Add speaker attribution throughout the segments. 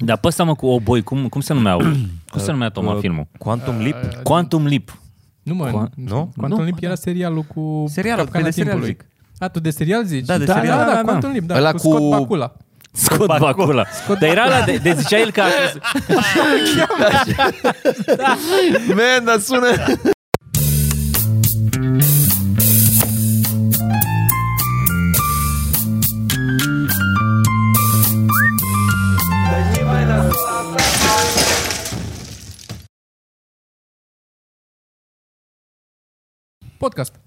Speaker 1: Dar pe ăsta, mă, cu O Boy, cum, cum se numeau? cum se numea, Toma, filmul?
Speaker 2: Uh, Quantum
Speaker 3: Uh,
Speaker 2: Leap?
Speaker 1: Quantum Leap.
Speaker 3: Nu mă,
Speaker 1: Qua-
Speaker 2: nu?
Speaker 3: Quantum
Speaker 1: Nu,
Speaker 3: Leap era serialul cu
Speaker 2: Serialul,
Speaker 3: Capcana
Speaker 2: pe de serial
Speaker 3: Timpului. A, tu de serial zici?
Speaker 2: Da, de
Speaker 3: da,
Speaker 2: serial.
Speaker 3: Da,
Speaker 1: Da,
Speaker 3: da,
Speaker 1: da,
Speaker 3: Quantum Leap, da,
Speaker 2: Ăla
Speaker 3: cu
Speaker 2: cu-
Speaker 3: Scott Bakula.
Speaker 1: Scot Bakula. Dar era la de, de zicea el că...
Speaker 2: Man, dar sună...
Speaker 3: Podcast.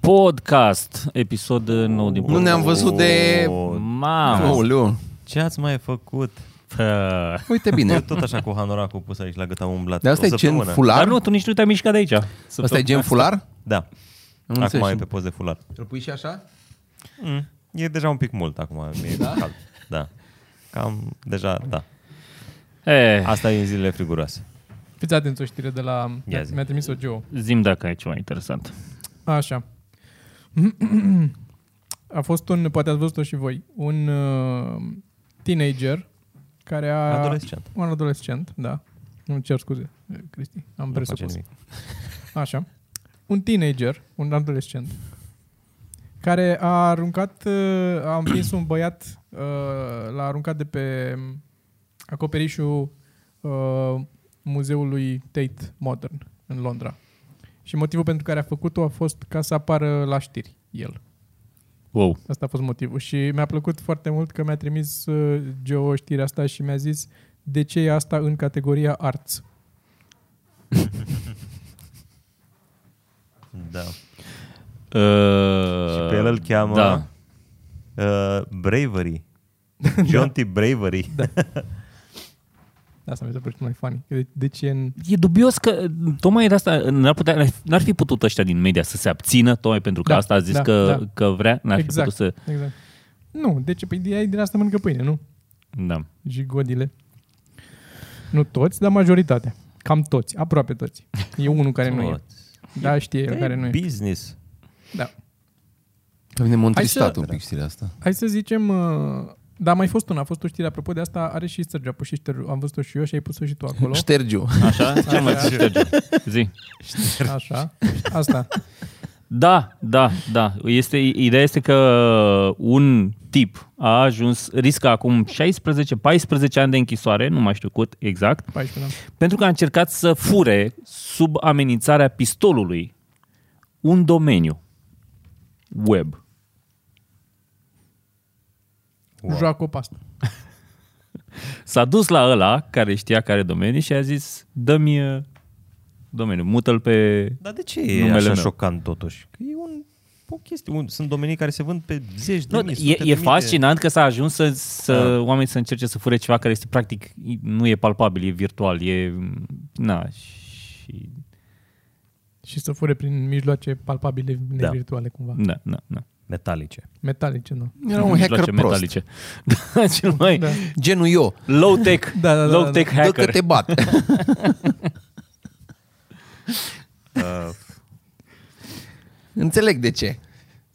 Speaker 1: Podcast, episod uh, nou din
Speaker 4: Nu ne-am văzut de...
Speaker 1: Mamă!
Speaker 4: Aoleu,
Speaker 2: Ce ați mai făcut?
Speaker 1: Pă.
Speaker 4: Păi uite bine.
Speaker 2: Tot așa cu hanoracul pus aici la gât am umblat.
Speaker 4: Dar asta
Speaker 2: O
Speaker 4: e gen
Speaker 2: săptămână.
Speaker 1: Dar
Speaker 4: fular?
Speaker 1: nu, tu nici nu te-ai mișcat de aici.
Speaker 4: Asta e gen fular?
Speaker 2: Da.
Speaker 4: Nu
Speaker 2: acum
Speaker 4: înțeleg.
Speaker 2: e pe post de fular.
Speaker 4: Îl pui și așa?
Speaker 2: Mm. E deja un pic mult acum, e da? cald. Da. Cam deja, da.
Speaker 1: E,
Speaker 2: Asta e în zilele friguroase.
Speaker 3: Fiți atenți o știre de la...
Speaker 2: Ia zi.
Speaker 3: Mi-a trimis-o Joe.
Speaker 1: zim dacă ai ceva interesant.
Speaker 3: Așa. A fost un, poate ați văzut-o și voi, un uh, teenager care a...
Speaker 2: Adolescent.
Speaker 3: Un adolescent, da. Nu cer scuze, Cristi, am
Speaker 2: Nu face
Speaker 3: presupus.
Speaker 2: nimic.
Speaker 3: Așa. Un teenager, un adolescent, care a aruncat, uh, a împins un băiat, uh, l-a aruncat de pe um, acoperișul uh, muzeului Tate Modern în Londra. Și motivul pentru care a făcut-o a fost ca să apară la știri el.
Speaker 1: Wow.
Speaker 3: Asta a fost motivul. Și mi-a plăcut foarte mult că mi-a trimis uh, Joe știrea asta și mi-a zis de ce e asta în categoria arts.
Speaker 2: Da.
Speaker 1: Uh,
Speaker 2: Și pe el îl cheamă
Speaker 1: Da.
Speaker 2: uh, Bravery.
Speaker 4: Da.
Speaker 2: John T. Bravery. Da.
Speaker 3: Asta mi s-a părut mai funny. De, de ce în
Speaker 1: E dubios că tocmai de asta n-ar, putea, n-ar fi putut ăștia din media să se abțină, tocmai pentru că
Speaker 3: Da,
Speaker 1: asta a zis
Speaker 3: da,
Speaker 1: că,
Speaker 3: da.
Speaker 1: că vrea, n-ar
Speaker 3: Exact.
Speaker 1: fi putut să...
Speaker 3: Exact. Nu, deci păi, ei din asta mănâncă pâine, nu?
Speaker 1: Da.
Speaker 3: Jigodile. Nu toți, dar majoritatea. Cam toți, aproape toți. E unul care nu e. Da, știe el care nu e.
Speaker 2: business.
Speaker 3: Da.
Speaker 4: Pe mine m-a întristat
Speaker 3: să-
Speaker 4: un pic știrea asta.
Speaker 3: Hai să zicem... uh, Da, mai fost una, a fost o știre apropo de asta, are și Sergiu, a pus și Sergiu, am văzut-o și eu și ai pus-o și tu acolo.
Speaker 4: Ștergiu.
Speaker 1: Așa? Ce mai
Speaker 3: Așa.
Speaker 1: șterge? Zi.
Speaker 3: Așa, asta.
Speaker 1: Da, da, da. Este, ideea este că un tip a ajuns, riscă acum 16-14 ani de închisoare, nu mai știu cât exact,
Speaker 3: 14, da.
Speaker 1: pentru că a încercat să fure sub amenințarea pistolului un domeniu web.
Speaker 2: Wow.
Speaker 3: Joacă o pastă.
Speaker 1: S-a dus la ăla care știa care domeniu și a zis, dă-mi uh, domeniu, mută-l pe...
Speaker 2: Dar de ce e
Speaker 1: Numele
Speaker 2: așa
Speaker 1: meu.
Speaker 2: șocant totuși? Că e un, o chestie. Un, sunt domenii care se vând pe zeci de
Speaker 1: Nu,
Speaker 2: mii,
Speaker 1: e,
Speaker 2: sute de
Speaker 1: e
Speaker 2: mii De...
Speaker 1: fascinant că s-a ajuns să, să
Speaker 3: Da.
Speaker 1: oamenii să încerce să fure ceva care este practic, nu e palpabil, e virtual, e... Na, și...
Speaker 3: Și să fure prin mijloace palpabile nevirtuale cumva.
Speaker 1: Na, na, na.
Speaker 2: Metalice.
Speaker 3: Metalice, nu.
Speaker 4: Era un hacker
Speaker 1: Mijloace
Speaker 4: prost.
Speaker 1: metalice. Da, cel mai...
Speaker 3: Da.
Speaker 4: Genul eu.
Speaker 1: Low-tech,
Speaker 3: Da, da, da,
Speaker 1: low-tech
Speaker 4: Dă
Speaker 1: hacker.
Speaker 4: că te bat.
Speaker 2: Uh,
Speaker 4: Înțeleg de ce.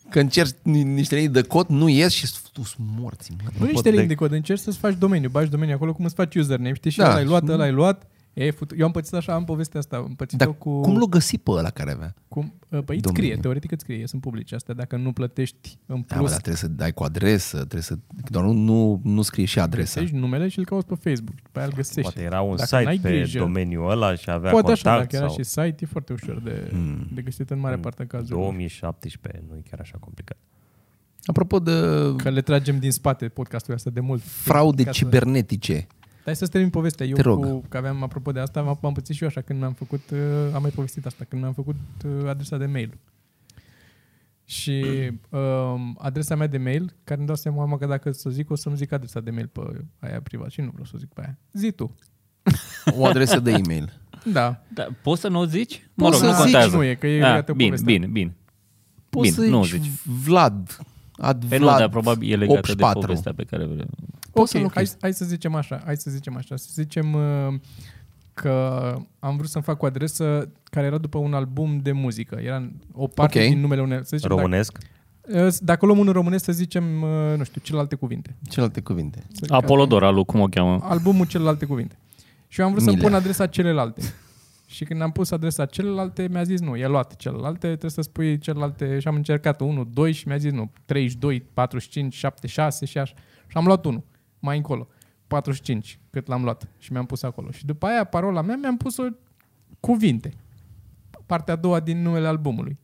Speaker 4: Că încerci ni- niște linii de cod, nu ies și tu sunt morți. mă.
Speaker 3: Nu
Speaker 2: pot
Speaker 3: niște linii
Speaker 2: de-
Speaker 3: de cod, încerci să-ți faci domeniu, bagi domeniu acolo, cum îți faci username, știi? Și
Speaker 4: Da,
Speaker 3: da, ai luat,
Speaker 4: și-
Speaker 3: ăla ai luat, e fut... Eu am pățit așa, am povestea asta, am pățit-o
Speaker 4: Dar
Speaker 3: cu...
Speaker 4: cum l-o găsi pe ăla care avea?
Speaker 3: cum... Păi îți
Speaker 4: Domeniu.
Speaker 3: scrie, teoretic îți scrie, sunt publice astea, dacă nu plătești în
Speaker 4: Da, mă,
Speaker 3: plus,
Speaker 4: dar trebuie să dai cu adresă, trebuie să... Doar nu, nu, nu scrie și adresa.
Speaker 3: plătești numele și îl cauți pe Facebook, după aia îl găsești.
Speaker 2: poate era un
Speaker 3: Dacă
Speaker 2: site
Speaker 3: n-ai
Speaker 2: pe
Speaker 3: grijă,
Speaker 2: domeniul ăla și avea
Speaker 3: Poate
Speaker 2: contact
Speaker 3: așa, dacă era
Speaker 2: sau...
Speaker 3: și site, e foarte ușor de, de găsit în mare parte a cazurilor.
Speaker 2: 2017, nu e chiar așa complicat.
Speaker 4: Apropo de
Speaker 3: Că le tragem din spate podcastul ăsta de mult.
Speaker 4: fraude
Speaker 3: Ca să-
Speaker 4: cibernetice.
Speaker 3: Hai să-ți termin povestea. Eu
Speaker 4: Te rog.
Speaker 3: Cu, că aveam, apropo de asta, m-am, am pățit și eu așa când am făcut, uh, am mai povestit asta, când am făcut uh, adresa de mail. Și um, adresa mea de mail, care îmi dau seama mă, că dacă să zic, o să-mi zic adresa de mail pe aia privat și nu vreau să o zic pe aia. Zi tu.
Speaker 4: O adresă de e-mail.
Speaker 3: Da.
Speaker 1: Da, poți să nu o zici? Mă rog,
Speaker 4: Poți să
Speaker 1: nu
Speaker 4: zici,
Speaker 1: contează.
Speaker 3: nu e, că e
Speaker 1: Ah,
Speaker 3: legată cu
Speaker 1: bine,
Speaker 3: povestea.
Speaker 1: bine, bine.
Speaker 4: Poți
Speaker 1: Bine,
Speaker 4: să
Speaker 1: nu
Speaker 4: zici
Speaker 1: zici.
Speaker 4: Vlad. Ad
Speaker 1: Pe nu,
Speaker 4: Vlad
Speaker 1: dar probabil e legată
Speaker 4: 84.
Speaker 1: de povestea pe care vrem.
Speaker 3: Ok,
Speaker 4: să-l
Speaker 3: hai,
Speaker 4: locuiești.
Speaker 3: hai să zicem așa, hai să zicem așa, să zicem uh, că am vrut să-mi fac o adresă care era după un album de muzică. Era o parte
Speaker 4: Ok.
Speaker 3: din numele unei... Să zicem, Deci, dacă-
Speaker 2: Românesc?
Speaker 3: Uh, Dacă luăm unul românesc, să zicem, uh, nu știu, celelalte cuvinte.
Speaker 4: Celelalte cuvinte.
Speaker 1: Apolodora lui, cum o cheamă?
Speaker 3: Albumul celelalte cuvinte. Și eu am vrut să-mi
Speaker 4: Milea.
Speaker 3: pun adresa celelalte. Și când am pus adresa celelalte, mi-a zis nu, e luat celelalte, trebuie să spui celelalte. Și am încercat 1, 2 și mi-a zis nu, 32, 45, 76 și așa. Și am luat 1, mai încolo, 45, cât l-am luat și mi-am pus acolo. Și după aia parola mea mi-am pus-o cuvinte. Partea a doua din numele albumului.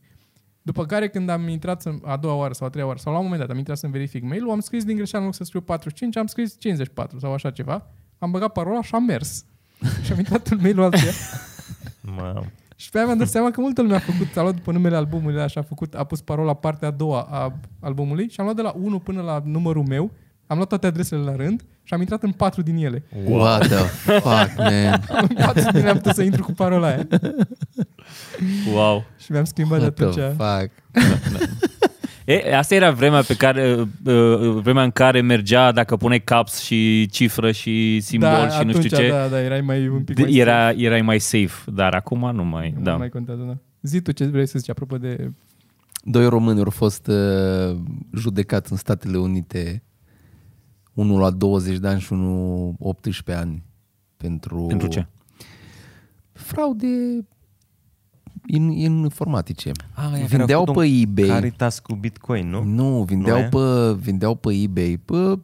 Speaker 3: După care când am intrat să- a doua oară sau a treia oară sau la un moment dat am intrat să-mi verific mail-ul, am scris din greșeală, în loc să scriu 45, am scris 54 sau așa ceva. Am băgat parola și am mers. Și am intrat în mail-ul altuia.
Speaker 2: Mă,
Speaker 3: Și pe aia mi-am dat seama că multă lume a făcut, a luat după numele albumului, așa a făcut, a pus parola partea a doua a albumului și am luat de la 1 până la numărul meu, am luat toate adresele la rând și am intrat în patru din ele.
Speaker 4: What the fuck, man?
Speaker 3: În patru din ele am putut să intru cu parola aia.
Speaker 1: Wow.
Speaker 3: Și mi-am schimbat de
Speaker 4: What the
Speaker 3: atunci.
Speaker 4: fuck?
Speaker 1: E, asta era vremea pe care, uh, uh, vremea în care mergea dacă pune caps și cifră și simbol și
Speaker 3: atunci,
Speaker 1: nu știu ce.
Speaker 3: Da, da, erai mai un pic
Speaker 1: De-
Speaker 3: mai
Speaker 1: Era, erai mai safe, dar acum nu mai,
Speaker 3: Nu
Speaker 1: da.
Speaker 3: mai contează, da. Zi tu ce vrei să zici apropo de...
Speaker 4: Doi români au fost uh, judecați în Statele Unite, unul la 20 de ani și unul 18 ani. Pentru,
Speaker 1: Pentru ce?
Speaker 4: Fraude in, informatice.
Speaker 2: aia care a
Speaker 4: Vindeau
Speaker 2: Ah, făcut
Speaker 4: pe
Speaker 2: un
Speaker 4: eBay.
Speaker 2: Caritas cu Bitcoin, nu?
Speaker 4: Nu, vindeau,
Speaker 2: e?
Speaker 4: pe, vindeau pe eBay, pe,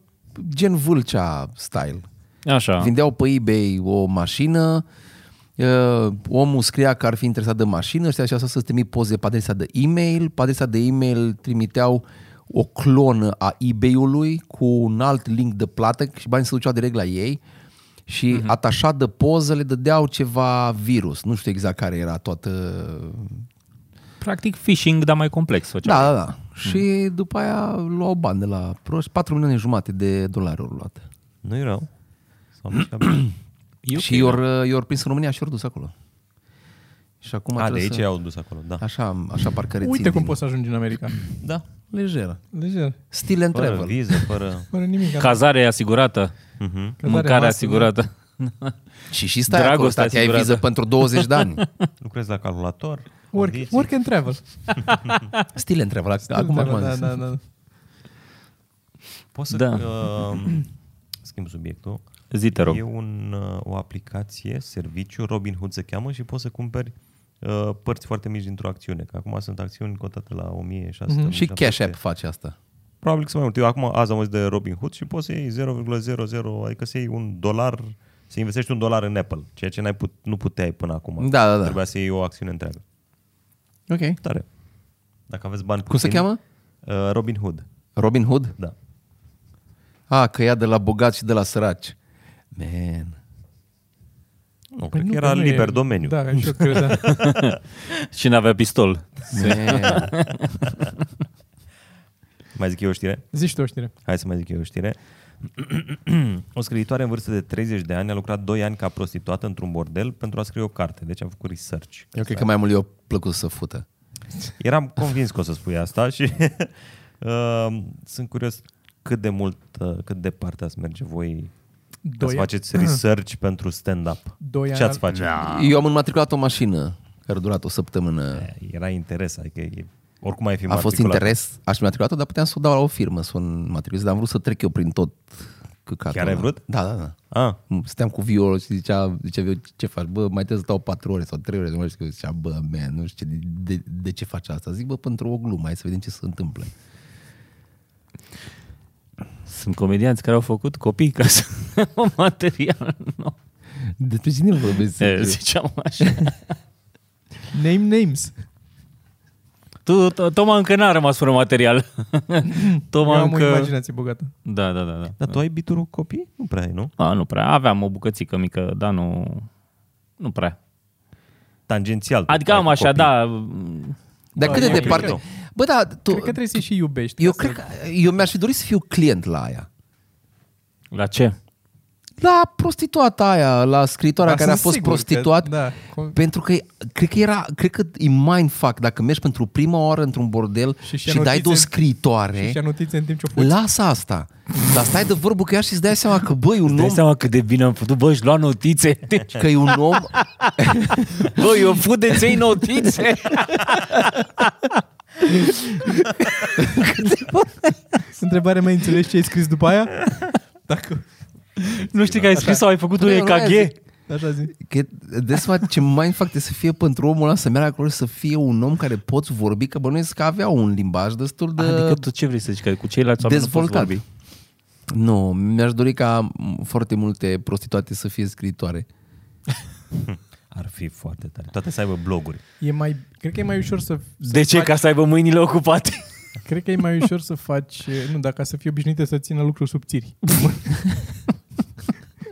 Speaker 4: gen Vâlcea style.
Speaker 2: Da.
Speaker 1: Așa.
Speaker 4: Vindeau pe eBay o mașină, uh, omul scria că ar fi interesat de mașină și așa să-ți trimit poze pe adresa de e-mail, pe adresa de e-mail trimiteau o clonă a eBay-ului cu un alt link de plată și banii se duceau direct la ei și
Speaker 2: Mhm.
Speaker 4: uh-huh. atașat de poză le dădeau ceva virus. Nu știu exact care era toată
Speaker 1: Practic phishing, dar mai complex. făceau.
Speaker 4: Da, da, da. Și după aia luau bani de la proști, 4 milioane jumate de dolari au luat.
Speaker 2: Nu-i rău. Sau nu știu, abia.
Speaker 1: E ok,
Speaker 4: și
Speaker 1: da.
Speaker 4: i-or, i-or prins în România și i-or dus acolo. Și acum
Speaker 2: A, de
Speaker 4: trebuie
Speaker 2: aici
Speaker 4: să...
Speaker 2: i-au dus acolo, da.
Speaker 4: Așa, așa parcă rețin
Speaker 3: Uite cum
Speaker 4: din-
Speaker 3: poți să ajungi în America.
Speaker 2: Da.
Speaker 4: Lejeră.
Speaker 3: Lejer,
Speaker 4: Still and
Speaker 2: Fără
Speaker 4: travel.
Speaker 2: viză, fără...
Speaker 3: fără Deci, nimic.
Speaker 1: Cazare asigurată,
Speaker 2: Mhm.
Speaker 3: Cazare, da.
Speaker 1: mâncare
Speaker 3: masă,
Speaker 1: asigurată.
Speaker 4: Și și stai acolo,
Speaker 1: Dragostea
Speaker 4: stai, ai viză
Speaker 1: asigurată.
Speaker 4: pentru 20 de ani.
Speaker 2: Lucrezi la calculator,
Speaker 3: Work,
Speaker 2: condiții.
Speaker 3: work and travel.
Speaker 4: Still and travel. Still acum,
Speaker 3: da,
Speaker 4: acum
Speaker 3: da,
Speaker 4: am zis.
Speaker 3: da, da.
Speaker 2: Poți să
Speaker 1: Da.
Speaker 2: uh, schimb subiectul.
Speaker 1: Zi, te rog.
Speaker 2: E un, uh, o aplicație, serviciu, Robinhood se cheamă și poți să cumperi uh, părți foarte mici dintr-o acțiune. Că acum sunt acțiuni cotate la 1600.
Speaker 4: Mhm. Și
Speaker 2: 1700.
Speaker 4: Cash App face asta.
Speaker 2: Probabil că sunt mai mult. Eu acum azi am auzit de Robinhood și poți să iei 0,00, adică să iei un dolar, să investești un dolar în Apple, ceea ce n-ai put, nu puteai până acum.
Speaker 4: Da, da, da.
Speaker 2: Trebuia să iei o acțiune întreagă.
Speaker 4: Ok.
Speaker 2: Tare. Dacă aveți bani
Speaker 4: Cum se
Speaker 2: puțini,
Speaker 4: cheamă?
Speaker 2: Uh, Robin Hood.
Speaker 4: Robin Hood?
Speaker 2: Da.
Speaker 4: A, că ia de la bogați și de la săraci. Man.
Speaker 3: Păi
Speaker 2: Nu, cred că
Speaker 3: nu,
Speaker 2: era
Speaker 3: nu e-
Speaker 2: liber domeniu.
Speaker 3: Da, și eu credeam.
Speaker 1: Și n-avea pistol.
Speaker 4: Man.
Speaker 2: Mai zic eu o știre?
Speaker 3: Zici tu o știre.
Speaker 2: Hai să mai zic eu o știre. o scriitoare în vârstă de 30 de ani a lucrat 2 ani ca prostituată într-un bordel pentru a scrie o carte. Deci am făcut research.
Speaker 4: Eu cred că mai mult i-a plăcut să fută.
Speaker 2: Eram convins că o să spui asta și uh, sunt curios cât de mult, uh, cât departe ați merge voi ca
Speaker 3: Doi,
Speaker 2: să faceți research pentru stand-up.
Speaker 3: Doi
Speaker 2: Ce
Speaker 3: ani
Speaker 2: ați
Speaker 3: al-
Speaker 2: face? Da.
Speaker 4: Eu am înmatriculat o mașină care a durat o săptămână.
Speaker 2: Era interes, adică e, oricum ai fi
Speaker 4: A fost
Speaker 2: matriculat.
Speaker 4: interes, aș fi matriculat-o, dar puteam să o dau la o firmă să o matriculez, dar am vrut să trec eu prin tot căcatul.
Speaker 2: Chiar ai vrut?
Speaker 4: Da, da, da.
Speaker 2: Ah,
Speaker 4: Stăteam cu violul și zicea, zicea Viol, ce faci? Bă, mai trebuie să dau 4 ore sau 3 ore, nu mai știu, zicea, bă, man, nu știu de, de, de, ce faci asta. Zic, bă, pentru o glumă, hai să vedem ce se întâmplă.
Speaker 1: Sunt comedianți care au făcut copii ca să material nou.
Speaker 4: Despre cine vorbești?
Speaker 1: E, Ziceam așa.
Speaker 3: Name names.
Speaker 1: Tu, to- Toma încă n-a rămas fără material.
Speaker 3: Eu
Speaker 1: Toma
Speaker 3: am o
Speaker 1: încă...
Speaker 3: imaginație bogată.
Speaker 1: Da, da, da. da.
Speaker 2: dar tu ai biturul cu copii? Nu prea ai, nu?
Speaker 1: A, nu prea. Aveam o bucățică mică, dar nu... Nu prea.
Speaker 2: Tangențial. tu
Speaker 1: Adică
Speaker 2: ai
Speaker 1: am
Speaker 2: cu
Speaker 1: așa,
Speaker 2: copii.
Speaker 1: da...
Speaker 4: Dar
Speaker 3: Bă,
Speaker 4: cât de
Speaker 3: eu cred
Speaker 4: departe?
Speaker 2: că nu.
Speaker 4: Bă, da, tu,
Speaker 3: Cred că trebuie să-i și iubești.
Speaker 4: eu
Speaker 3: ca
Speaker 4: cred
Speaker 3: să-
Speaker 4: că, eu mi-aș fi dorit să fiu client la aia.
Speaker 1: La ce?
Speaker 4: La prostituata aia, la scriitoarea
Speaker 3: Dar
Speaker 4: care a
Speaker 3: sunt
Speaker 4: fost
Speaker 3: sigur că-
Speaker 4: prostituat,
Speaker 3: Da. Com-
Speaker 4: Pentru că cred că era, cred că e mindfuck dacă mergi pentru prima oară într-un bordel
Speaker 3: Și
Speaker 4: și,
Speaker 3: și-a
Speaker 4: și dai
Speaker 3: notițe-
Speaker 4: de o scriitoare,
Speaker 3: Și și notițe în timp ce o fuți.
Speaker 4: lasă asta. Dar stai de vorbă cu ea și îți dai seama că băi, un om,
Speaker 1: seama cât de bine am făcut. Bă, își lua notițe.
Speaker 4: că e un om,
Speaker 1: Bă, eu fut de ței notițe.
Speaker 3: Întrebarea mea, înțelegi ce ai scris după aia? Dacă...
Speaker 1: Nu știi că ai scris sau ai făcut un
Speaker 4: Păi, nu, aia
Speaker 1: EKG?
Speaker 4: zic.
Speaker 3: Așa zic.
Speaker 4: Că des fac ce mai fac să fie pentru omul ăla să meargă acolo și să fie un om care poți vorbi, că bănuiesc că avea un limbaj destul de...
Speaker 1: Adică tu ce vrei să zici? Că cu ceilalți oameni nu poți
Speaker 4: dezvoltat.
Speaker 1: vorbi.
Speaker 4: Nu, mi-aș dori ca m, foarte multe prostituate să fie scriitoare.
Speaker 2: Ar fi foarte tare. Toate să aibă bloguri.
Speaker 3: E mai, cred că e mai ușor să...
Speaker 1: De
Speaker 3: să
Speaker 1: ce? Ca să aibă mâinile ocupate.
Speaker 3: Cred că e mai ușor să faci... Nu, dacă să fii obișnuită să țină lucruri subțiri.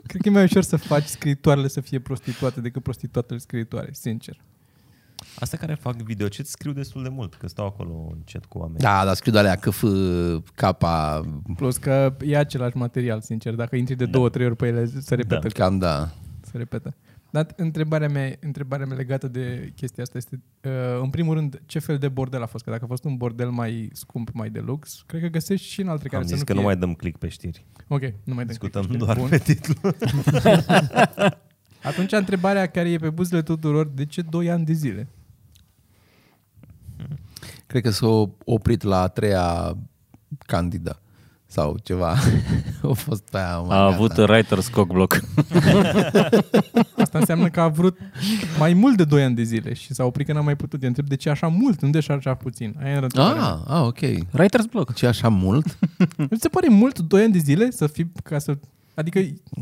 Speaker 3: cred că e mai ușor să faci scriitoarele să fie prostituate decât prostituatele scriitoare, sincer.
Speaker 2: Asta care fac videocet scriu destul de mult, că stau acolo încet cu oameni.
Speaker 4: Da, dar scriu de alea căf, capa,
Speaker 3: Plus că e același material, sincer. Dacă intri
Speaker 1: Da.
Speaker 3: de două, trei ori pe ele, se repetă. Da.
Speaker 4: cam da.
Speaker 3: Se repetă. Dar întrebarea mea, întrebarea mea legată de chestia asta este, uh, în primul rând, ce fel de bordel a fost? Că dacă a fost un bordel mai scump, mai de lux, cred că găsești și în alte care
Speaker 2: Am
Speaker 3: să
Speaker 2: zis
Speaker 3: nu
Speaker 2: că
Speaker 3: fie...
Speaker 2: nu mai dăm click pe știri.
Speaker 3: Ok, nu mai dăm
Speaker 2: Discutăm
Speaker 3: click.
Speaker 2: doar
Speaker 3: Bun.
Speaker 2: pe titlu.
Speaker 3: Atunci întrebarea care e pe buzele tuturor, de ce 2 ani de zile?
Speaker 4: Cred că s-a oprit la a treia candida sau ceva. A fost pe aia. mă,
Speaker 1: A
Speaker 4: gata.
Speaker 1: avut writer's cockblock.
Speaker 3: Asta înseamnă că a vrut mai mult de 2 ani de zile și s-a oprit că n-a mai putut. Eu întreb de ce așa mult, unde și așa puțin? Aia era întrebarea mea.
Speaker 4: Ah, ah, ok.
Speaker 1: Writer's block.
Speaker 4: Ce așa mult?
Speaker 3: Nu ți se pare mult 2 ani de zile să fii ca să... Adică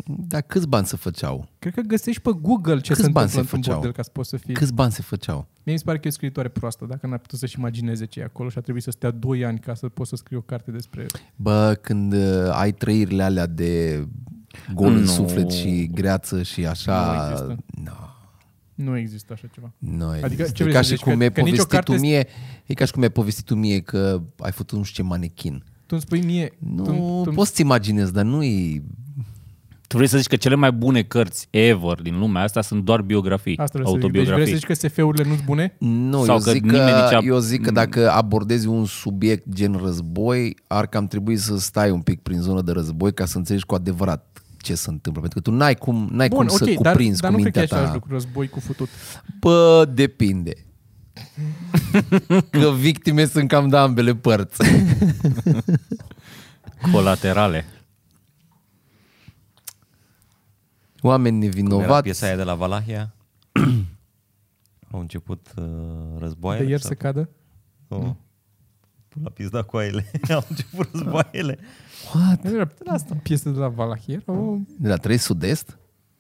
Speaker 4: Dar câți bani se făceau?
Speaker 3: cred că găsești pe Google ce
Speaker 4: Câți
Speaker 3: se
Speaker 4: bani
Speaker 3: întâmplă
Speaker 4: se
Speaker 3: într-un
Speaker 4: făceau?
Speaker 3: bordel ca să poți să fii...
Speaker 4: Câți bani se făceau?
Speaker 3: Mie mi se pare că e o scriitoare proastă, dacă n-ar putea să-și imagineze ce e acolo și a trebuit să stea 2 ani ca să poți să scrii o carte despre...
Speaker 4: Bă, când uh, ai trăirile alea de gol în
Speaker 1: Nu.
Speaker 4: suflet și greață și
Speaker 3: Nu
Speaker 4: așa...
Speaker 3: există.
Speaker 4: Nu,
Speaker 3: Nu există așa ceva.
Speaker 4: nu
Speaker 3: Adică,
Speaker 4: adică,
Speaker 3: ce
Speaker 4: ce e
Speaker 3: vrei
Speaker 4: ca
Speaker 3: să
Speaker 4: și
Speaker 3: zici?
Speaker 4: cum
Speaker 3: Că-
Speaker 4: mi-ai
Speaker 3: că nicio
Speaker 4: povestit tu
Speaker 3: carte-
Speaker 4: mie, e ca și cum mi-ai povestit tu mie că ai făcut nu știu ce manechin.
Speaker 3: Tu îmi spui mie...
Speaker 4: Nu,
Speaker 3: tu, tu,
Speaker 4: poți să-ți imaginezi, dar nu-i...
Speaker 1: Tu vrei să zici că cele mai bune cărți ever din lumea asta sunt doar biografii,
Speaker 3: Asta vreau să zic. Deci vrei să
Speaker 1: autobiografii.
Speaker 3: zici că SF-urile nu-s bune?
Speaker 4: Nu,
Speaker 1: Sau
Speaker 4: eu
Speaker 1: că
Speaker 4: zic,
Speaker 1: nimeni
Speaker 4: că,
Speaker 1: nici a-
Speaker 4: eu zic că
Speaker 2: Mm.
Speaker 4: dacă abordezi un subiect gen război, ar cam trebui să stai un pic prin zona de război ca să înțelegi cu adevărat ce se întâmplă. Pentru că tu n-ai cum, n-ai
Speaker 3: Bun,
Speaker 4: cum
Speaker 3: ok,
Speaker 4: să
Speaker 3: dar,
Speaker 4: cuprinzi
Speaker 3: dar
Speaker 4: cu
Speaker 3: nu cred că e
Speaker 4: mintea
Speaker 3: același
Speaker 4: ta.
Speaker 3: lucru, război cu futut.
Speaker 4: Bă, depinde. că victime sunt cam de ambele părți.
Speaker 1: Colaterale.
Speaker 4: Oameni
Speaker 2: Era
Speaker 4: nevinovați.
Speaker 2: piesa aia de la Valahia. Au început uh, războaiele.
Speaker 3: de ieri
Speaker 2: sau-
Speaker 3: să Mm. cadă?
Speaker 2: Nu. La pizda cu aile. Au
Speaker 3: Da.
Speaker 2: început războaiele.
Speaker 4: What?
Speaker 3: Nu Era asta. piesă de la Valahier. O,
Speaker 4: De la 3 Sud-Est?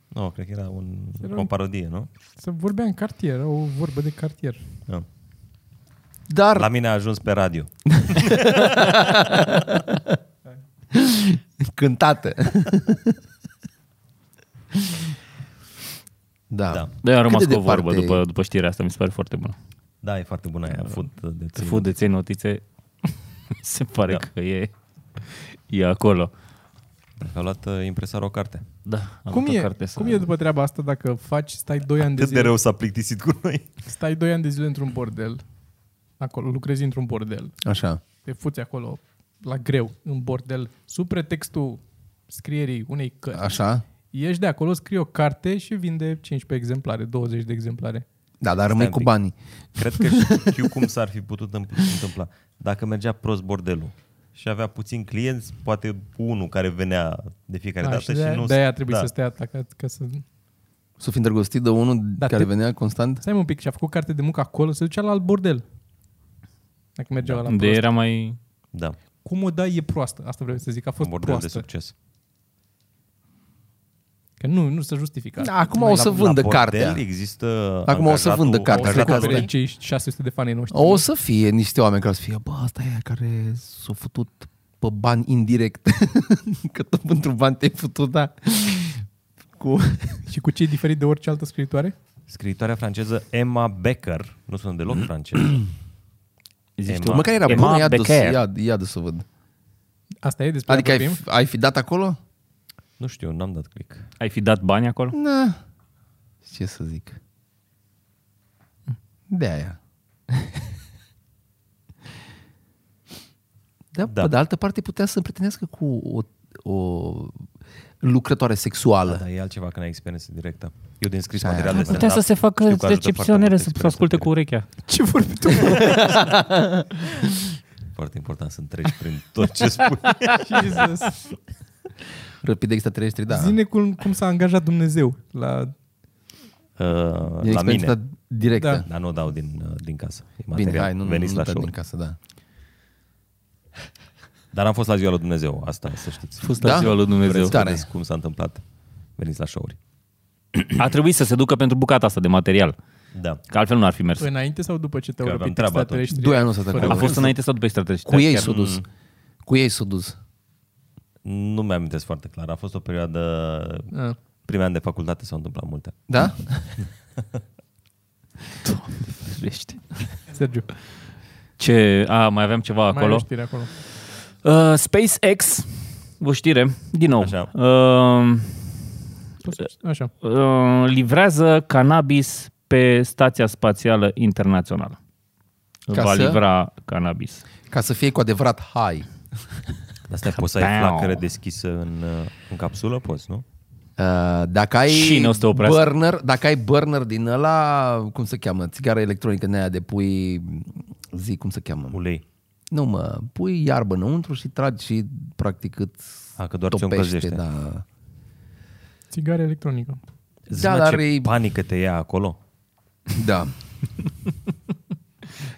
Speaker 2: Nu, no, cred că era un,
Speaker 3: Era
Speaker 2: o
Speaker 3: un-
Speaker 2: parodie, nu?
Speaker 3: se vorbea în cartier, era o vorbă de cartier.
Speaker 2: Da.
Speaker 4: Dar
Speaker 2: La mine a ajuns pe radio.
Speaker 4: cântată. da.
Speaker 2: Da.
Speaker 1: Da, am
Speaker 4: Cât
Speaker 1: rămas
Speaker 4: de
Speaker 1: cu o vorbă
Speaker 4: departe
Speaker 1: după,
Speaker 4: e?
Speaker 1: după știrea asta, mi se pare foarte bună.
Speaker 2: Da, e foarte bună aia. Fut de
Speaker 1: Să
Speaker 2: țin.
Speaker 1: fut de ței notițe, mi se pare da. că e, e acolo.
Speaker 2: Dacă a luat uh, impresar o carte.
Speaker 1: Da, am
Speaker 3: Cum
Speaker 1: luat o
Speaker 3: e,
Speaker 1: carte să-
Speaker 3: cum e după treaba asta dacă faci, stai 2 ani de
Speaker 2: Cât de
Speaker 3: zile,
Speaker 2: rău s-a plictisit cu noi.
Speaker 3: stai 2 ani de zile într-un bordel, acolo, lucrezi într-un bordel,
Speaker 4: Așa.
Speaker 3: te fuți acolo la greu, în bordel, sub pretextul scrierii unei cărți.
Speaker 2: Da.
Speaker 4: Așa?
Speaker 3: Ieși de acolo, scrii o carte și vinde 15 exemplare, 20 de exemplare.
Speaker 4: Da, dar rămâi
Speaker 2: un
Speaker 4: cu
Speaker 2: pic.
Speaker 4: banii.
Speaker 2: Cred că știu cum s-ar fi putut împl- întâmpla. Dacă mergea prost bordelul și avea puțin clienți, poate unul care venea de fiecare dată
Speaker 3: Da, și
Speaker 2: și,
Speaker 3: de,
Speaker 2: nu...
Speaker 3: de aia trebuie
Speaker 2: da.
Speaker 3: să stea atacat ca să...
Speaker 4: Să fi îndrăgostit de unul
Speaker 3: Da,
Speaker 4: da, care
Speaker 3: te-
Speaker 4: te... venea constant?
Speaker 3: Stai un pic, și-a făcut carte de muncă acolo, se ducea la alt bordel. Dacă mergea da, la
Speaker 1: Unde
Speaker 3: prost.
Speaker 1: era mai...
Speaker 2: Da,
Speaker 3: Cum o dai e proastă, asta vreau să zic, a
Speaker 2: un
Speaker 3: fost
Speaker 2: bordel
Speaker 3: proastă.
Speaker 2: de succes.
Speaker 3: Că nu, nu se justifică.
Speaker 4: Da, acum o să vândă
Speaker 2: la bordel
Speaker 4: cartea.
Speaker 2: există
Speaker 4: Acum o să
Speaker 2: angajatul-
Speaker 4: vândă cartea,
Speaker 3: Să
Speaker 4: Dacă
Speaker 2: angajatul-
Speaker 4: asta
Speaker 3: cumpere
Speaker 4: e.
Speaker 3: cei 600 de fani noștri.
Speaker 4: O să fie niște oameni care o să fie, bă, asta e aia care s-a făcut pe bani indirect. că tu pentru bani te-ai făcut, da. Cu...
Speaker 3: Și cu cei diferit de orice altă scriitoare?
Speaker 2: Scriitoarea franceză Emma Becker, nu sună deloc
Speaker 4: Hmm?
Speaker 2: franceză,
Speaker 1: Zici
Speaker 2: Emma.
Speaker 1: tu?
Speaker 4: Măcar era
Speaker 1: Emma
Speaker 4: bună, ia dus,
Speaker 1: Becker.
Speaker 4: ia, ia dus să văd.
Speaker 3: Asta e despre
Speaker 4: Adică
Speaker 3: ea
Speaker 4: ai,
Speaker 3: vorbim?
Speaker 4: fi- ai fi dat acolo?
Speaker 2: nu știu, n-am dat click.
Speaker 1: Ai fi dat bani acolo?
Speaker 4: Na. Ce să zic? De aia. da,
Speaker 2: Da.
Speaker 4: da. Pe de altă parte putea să împrietenească cu o, o lucrătoare sexuală.
Speaker 2: Dar e altceva când ai experiență directă. Eu din scris
Speaker 4: Aia.
Speaker 2: materiale
Speaker 4: Ar
Speaker 2: de
Speaker 1: Putea să
Speaker 2: draft,
Speaker 1: se facă
Speaker 2: Da. știu că ajută foarte
Speaker 1: recepționere,
Speaker 2: mult
Speaker 1: să
Speaker 2: experiența
Speaker 1: asculte cu
Speaker 2: directă.
Speaker 1: urechea.
Speaker 3: Ce vorbi tu?
Speaker 2: Foarte important să treci prin tot ce spui. Uh,
Speaker 3: Jesus.
Speaker 4: Răpid extraterestri, da.
Speaker 3: Da. Zine cum, cum s-a angajat Dumnezeu la...
Speaker 2: Uh,
Speaker 4: E
Speaker 2: la
Speaker 4: experiența
Speaker 2: mine.
Speaker 4: directă.
Speaker 3: Da.
Speaker 4: Da.
Speaker 2: Dar nu o dau din, uh, din casă. E material.
Speaker 4: Bine, hai, nu, nu,
Speaker 2: Veniți
Speaker 4: nu
Speaker 2: la
Speaker 4: dă
Speaker 2: show.
Speaker 4: din casă, da.
Speaker 2: Dar am fost la ziua lui Dumnezeu, asta să știți.
Speaker 1: Fost
Speaker 4: Da?
Speaker 1: da? ziua lui Dumnezeu.
Speaker 2: Vreți să
Speaker 4: Tare.
Speaker 2: vedeți cum s-a întâmplat? Veniți la show-uri.
Speaker 1: A trebuit să se ducă pentru bucata asta de material.
Speaker 2: Da.
Speaker 1: Că altfel nu ar fi mers.
Speaker 3: Înainte sau după ce te-au
Speaker 2: Că aveam
Speaker 3: răpit
Speaker 2: treaba atunci.
Speaker 3: extraterestri?
Speaker 4: Doi ani nu s-a
Speaker 3: Fără
Speaker 4: trecut.
Speaker 1: A
Speaker 4: Vreau
Speaker 1: fost
Speaker 3: să-
Speaker 1: înainte sau după extraterestri?
Speaker 4: păi, Cu ei
Speaker 1: Chiar
Speaker 4: s-a dus. Cu ei s-a dus.
Speaker 2: Nu mi-am amintesc foarte clar. A fost o perioadă...
Speaker 3: Ah.
Speaker 2: Primii ani de facultate s-au întâmplat multe.
Speaker 4: Da?
Speaker 1: Ferește.
Speaker 3: Sergiu,
Speaker 1: Ce? A, mai aveam ceva
Speaker 3: mai ai
Speaker 1: acolo.
Speaker 3: o știre acolo.
Speaker 1: Uh, SpaceX, o știre, din nou.
Speaker 2: Așa.
Speaker 1: Uh,
Speaker 3: Așa.
Speaker 1: uh, livrează cannabis pe stația spațială internațională.
Speaker 4: Ca
Speaker 1: Va
Speaker 4: să?
Speaker 1: livra cannabis.
Speaker 4: Ca să fie cu adevărat high.
Speaker 2: Dar stai, poți să ai
Speaker 1: Kapow!
Speaker 2: flacără deschisă în, uh, în capsulă? Poți, nu?
Speaker 4: Uh, dacă ai
Speaker 1: Cine o să te oprească?
Speaker 4: burner, dacă ai burner din ăla, cum se cheamă, țigară electronică în aia de pui, zi cum se cheamă.
Speaker 2: Ulei.
Speaker 4: Nu mă, pui iarbă înăuntru și tragi și practic cât
Speaker 2: A, că doar ți-o
Speaker 4: topește,
Speaker 2: încălzește.
Speaker 4: da.
Speaker 3: Țigare electronică.
Speaker 2: Zi,
Speaker 4: Da,
Speaker 2: mă,
Speaker 4: dar
Speaker 2: ce
Speaker 4: e-
Speaker 2: panică te ia acolo.
Speaker 4: da.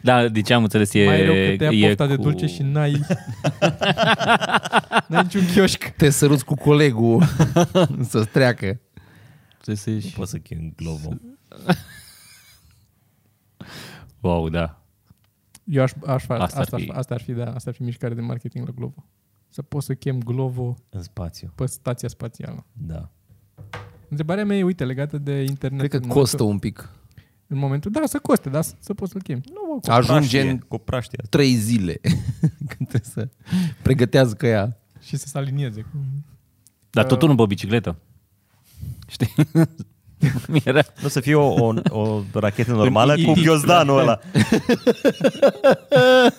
Speaker 1: Da, de ce am înțeles e...
Speaker 3: E, mai rău că te ia
Speaker 1: e
Speaker 3: pofta de dulce și n-ai... n-ai niciun chioșc.
Speaker 4: Te săruți cu colegul să-ți treacă.
Speaker 3: Deci-
Speaker 2: Nu poți să chem globul.
Speaker 1: Wow, da.
Speaker 3: Eu aș, aș face,
Speaker 1: Asta
Speaker 3: asta,
Speaker 1: ar
Speaker 3: asta, ar
Speaker 1: fi.
Speaker 3: fi. asta ar fi, da, asta ar fi mișcare de marketing la Glovo. Să poți să chem Glovo
Speaker 2: În spațiu.
Speaker 3: pe stația spațială.
Speaker 2: Da.
Speaker 3: Întrebarea mea e, uite, legată de internet.
Speaker 4: Cred că
Speaker 3: în
Speaker 4: costă
Speaker 3: Momentul,
Speaker 4: un pic.
Speaker 3: în momentul, da, să coste, dar să, să poți să-l chem. Nu, mă,
Speaker 4: Ajunge
Speaker 2: Praștie,
Speaker 4: în
Speaker 2: Cu praștia.
Speaker 4: trei zile când trebuie să pregătească ea.
Speaker 3: și să se alinieze. cu-
Speaker 1: Dar
Speaker 3: Uh,
Speaker 1: tot unul pe o bicicletă. Știi? Mi Era...
Speaker 2: Nu să fie o, o, o rachetă normală
Speaker 1: În
Speaker 2: cu
Speaker 1: IT.
Speaker 2: ghiozdanul ăla.
Speaker 3: Da.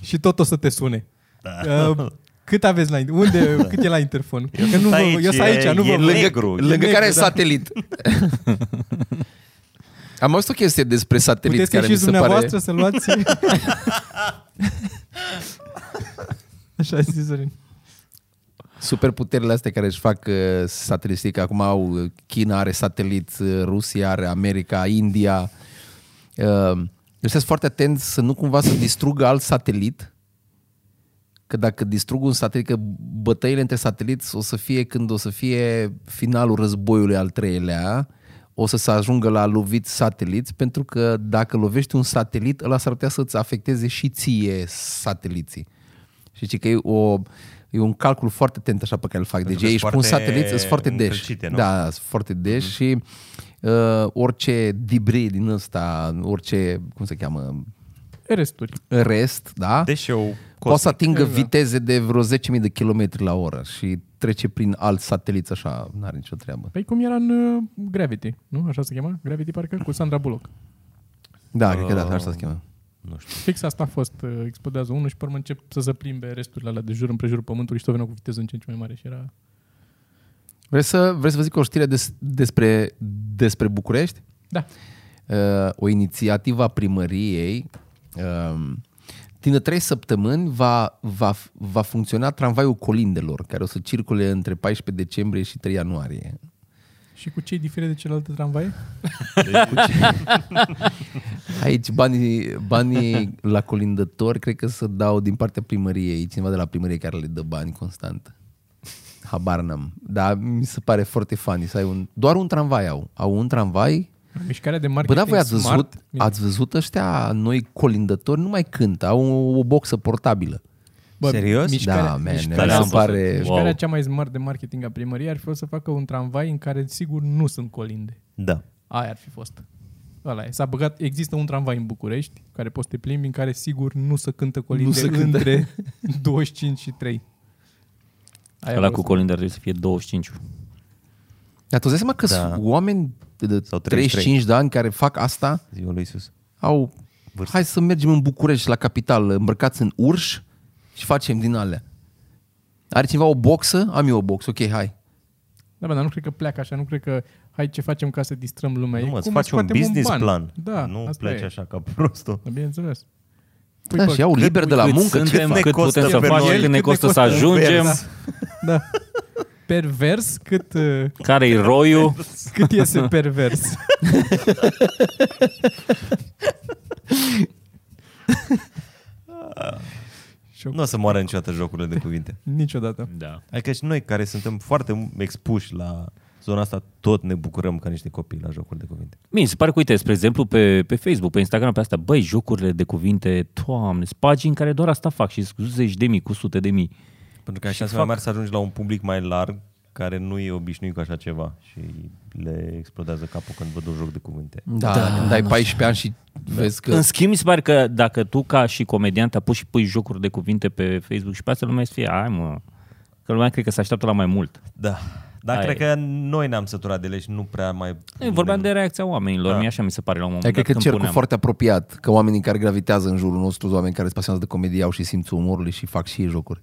Speaker 3: Și tot o să te sune. Da. Uh, cât aveți la in- unde, da. cât e la interfon? Eu, că nu
Speaker 2: sunt
Speaker 3: vă,
Speaker 2: aici,
Speaker 3: eu sunt aici,
Speaker 2: e-
Speaker 3: nu vă
Speaker 2: e
Speaker 3: văd.
Speaker 2: lângă- Negru.
Speaker 4: lângă
Speaker 3: Negru,
Speaker 4: care e
Speaker 3: da.
Speaker 4: satelit. Am auzit o chestie despre sateliți
Speaker 3: Puteți
Speaker 4: care mi
Speaker 3: ieșiți
Speaker 4: se pare...
Speaker 3: dumneavoastră să luați... Așa a zis Zorin.
Speaker 4: superputerile astea care își fac uh, sateliștii, că acum au uh, China are satelit, uh, Rusia are America, India. Uh, Deci sunt foarte atenți să nu cumva să distrugă alt satelit, că dacă distrug un satelit, că bătăile între sateliți o să fie când o să fie finalul războiului al treilea, o să se ajungă la lovit sateliți, pentru că dacă lovești un satelit, ăla s-ar putea să-ți afecteze și ție sateliții. Și zice că e, o, e un calcul foarte atent așa pe care îl fac. Deci
Speaker 2: că
Speaker 4: ei
Speaker 2: sunt
Speaker 4: își pun
Speaker 2: foarte
Speaker 4: sateliți, sunt foarte deși.
Speaker 2: încălcite, nu? Mhm.
Speaker 4: Da, da, sunt foarte deși și uh, orice debris din ăsta, orice, cum se cheamă,
Speaker 3: Resturi.
Speaker 4: rest, da?
Speaker 2: Deșeu
Speaker 4: Poate să
Speaker 2: cosmic.
Speaker 4: atingă
Speaker 3: Exact.
Speaker 4: viteze de vreo 10.000 de km la oră și trece prin alt satelit așa, n-are nicio treabă.
Speaker 3: Păi cum era în uh, Gravity, nu? Așa se chema? Gravity parcă cu Sandra Bullock.
Speaker 4: Da, cred că da, așa se cheamă.
Speaker 2: Nu știu.
Speaker 3: Fix asta a fost. uh, Explodează unul și pe urmă încep să se plimbe resturile alea de jur împrejurul pământului și tot veneau cu viteză în ce în ce mai mare și era...
Speaker 4: Vreți să, vreți să vă zic o știre des, despre, despre București?
Speaker 3: Da.
Speaker 4: Uh, o inițiativă a primăriei. Uh, din trei săptămâni va, va, va funcționa tramvaiul colindelor, care o să circule între 14 decembrie și 3 ianuarie.
Speaker 3: Și cu ce diferit de celelalte tramvaie?
Speaker 4: Aici banii, banii la colindători cred că se dau din partea primăriei, cineva de la primărie care le dă bani constant. Habar n-am. Dar mi se pare foarte funny să ai un... Doar un tramvai au. Au un tramvai.
Speaker 3: Mișcarea de
Speaker 4: Bă,
Speaker 3: marketing
Speaker 4: da, voi ați văzut,
Speaker 3: smart. Bine.
Speaker 4: ați văzut ăștia noi colindători, nu mai cântă, au o, o boxă portabilă.
Speaker 2: Serios?
Speaker 3: Mișcarea,
Speaker 4: da, man,
Speaker 3: mișcarea,
Speaker 1: am
Speaker 4: mi se
Speaker 1: văzut.
Speaker 4: pare...
Speaker 1: Wow.
Speaker 3: mișcarea cea mai smart de marketing a primăriei ar fi fost să facă un tramvai în care sigur nu sunt colinde.
Speaker 2: Da.
Speaker 3: Aia ar fi fost. Ăla e. S-a băgat, există un tramvai în București care poți să te plimbi în care sigur nu se cântă colinde
Speaker 4: Nu se cântă.
Speaker 3: între 25 și 3.
Speaker 1: Ăla
Speaker 3: Aia vreau
Speaker 1: cu
Speaker 3: să-
Speaker 1: colinder trebuie să fie 25.
Speaker 4: Dar tu îți dai seama că
Speaker 2: Da.
Speaker 4: da. oameni de 35.
Speaker 2: Sau 33
Speaker 4: de ani care fac asta
Speaker 2: Ziua lui Iisus.
Speaker 4: au...
Speaker 2: Vârstă.
Speaker 4: Hai să mergem în București, la capital, îmbrăcați în urș și facem din alea. Are cineva o boxă? Am eu o boxă, ok, hai.
Speaker 3: Da, bă, dar nu cred că pleacă așa, nu cred că hai ce facem ca să distrăm lumea.
Speaker 2: Nu
Speaker 3: E
Speaker 2: mă, îți
Speaker 3: Păi cum
Speaker 2: faci un
Speaker 3: scoatem
Speaker 2: business
Speaker 3: ban.
Speaker 2: plan.
Speaker 3: Da,
Speaker 2: nu
Speaker 3: asta
Speaker 2: pleci
Speaker 3: e.
Speaker 2: așa ca prostul.
Speaker 3: Da, Bineînțeles. Pui
Speaker 4: Da,
Speaker 3: pe-
Speaker 4: și au
Speaker 2: cât-
Speaker 4: liber de la
Speaker 1: cât
Speaker 4: muncă, ce
Speaker 1: suntem,
Speaker 4: fac?
Speaker 1: cât,
Speaker 2: Ne costă
Speaker 1: putem să
Speaker 2: pe noi,
Speaker 1: facem, cât ne costă să
Speaker 3: un
Speaker 1: ajungem,
Speaker 2: vers.
Speaker 3: Da. Pervers cât, uh,
Speaker 1: care-i roiul.
Speaker 3: cât iese pervers. Șoc.
Speaker 2: Nu o să moară niciodată jocurile de cuvinte.
Speaker 3: Niciodată.
Speaker 1: Da.
Speaker 2: Adică și noi care suntem foarte expuși la zona asta, tot ne bucurăm ca niște copii la jocuri de cuvinte.
Speaker 1: Mie mi se pare că, uite, spre exemplu, pe, pe Facebook, pe Instagram, pe asta, băi, jocurile de cuvinte, toamne, sunt pagini care doar asta fac și sunt zeci de mii, cu sute de mii.
Speaker 2: Pentru că așa
Speaker 1: fac-
Speaker 2: mai mari să ajungi la un public mai larg care nu e obișnuit cu așa ceva și le explodează capul când văd un joc de cuvinte.
Speaker 4: Da, da, când ai 14 ani și vezi
Speaker 1: Că...
Speaker 4: că...
Speaker 1: În schimb, mi se pare că dacă tu, ca și comediant, apuci și pui jocuri de cuvinte pe Facebook și pe asta, lumea să fie, ai mă, că lumea cred că se așteaptă la mai mult.
Speaker 2: Da. Dar
Speaker 1: Aia
Speaker 2: cred
Speaker 1: e.
Speaker 2: că noi ne-am săturat de ele și nu prea mai...
Speaker 1: Noi vorbeam de reacția oamenilor, da. mie așa mi se pare la un moment
Speaker 4: Dar cred
Speaker 1: dat
Speaker 4: că
Speaker 1: când puneam.
Speaker 4: cercul foarte apropiat, că oamenii care gravitează în jurul nostru, sunt oameni care se pasionează de comedie, au și simțul umorului și fac și ei jocuri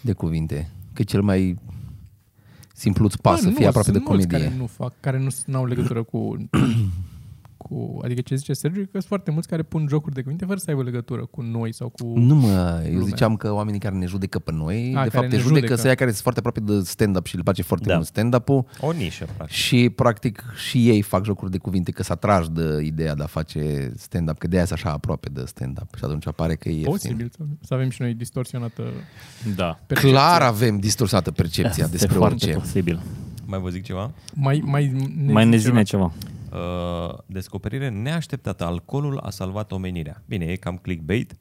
Speaker 4: de cuvinte. Că e cel mai simplu îți
Speaker 3: Bă,
Speaker 4: pas să
Speaker 3: nu,
Speaker 4: fie aproape de
Speaker 3: sunt mulți
Speaker 4: comedie.
Speaker 3: care nu fac, care nu au legătură cu, cu... Adică ce zice Sergiu, e că sunt foarte mulți care pun jocuri de cuvinte fără să aibă legătură cu noi sau cu...
Speaker 4: Nu mă, eu
Speaker 3: Lumea.
Speaker 4: ziceam că oamenii care ne judecă pe noi,
Speaker 3: A,
Speaker 4: de
Speaker 3: care
Speaker 4: fapt te
Speaker 3: ne
Speaker 4: judecă,
Speaker 3: judecă.
Speaker 4: judecă. să care sunt foarte aproape de stand-up și le place foarte
Speaker 2: Da.
Speaker 4: da. mult stand-up-ul
Speaker 2: O nișă, practic.
Speaker 4: și practic și ei fac jocuri de cuvinte că s atragi de ideea de a face stand-up, că de aia sunt așa aproape de stand-up și atunci apare că e ieftin.
Speaker 3: Posibil să- să avem și noi distorsionată...
Speaker 1: Da.
Speaker 3: Percepție.
Speaker 4: Clar avem distorsionată percepția
Speaker 1: Este
Speaker 4: despre
Speaker 1: foarte
Speaker 4: orice.
Speaker 1: posibil.
Speaker 2: Mai vă zic ceva?
Speaker 3: Mai, mai, ne
Speaker 1: mai ne
Speaker 3: zice
Speaker 1: zine
Speaker 3: ceva.
Speaker 1: ceva.
Speaker 2: Uh, descoperire neașteptată. Alcoolul a salvat omenirea. Bine, e cam clickbait.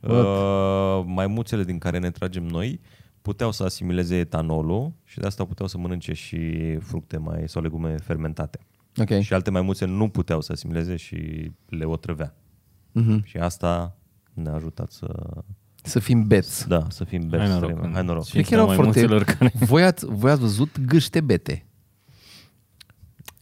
Speaker 3: What?
Speaker 2: Uh, maimuțele din care ne tragem noi puteau să asimileze etanolul și de asta puteau să mănânce și fructe mai sau legume fermentate.
Speaker 4: Ok.
Speaker 2: Și alte maimuțe nu puteau să asimileze și le otrăvea.
Speaker 4: Mhm.
Speaker 2: Și asta ne-a ajutat să,
Speaker 4: Să fim beți.
Speaker 2: da, să fim
Speaker 1: Hai
Speaker 2: beți.
Speaker 1: noroc.
Speaker 2: străini. Hai noroc.
Speaker 1: Și-
Speaker 4: Cred că
Speaker 1: la
Speaker 4: erau foarte...
Speaker 1: maimuțelor care-
Speaker 4: Voi, ați, voi ați văzut gâște bete.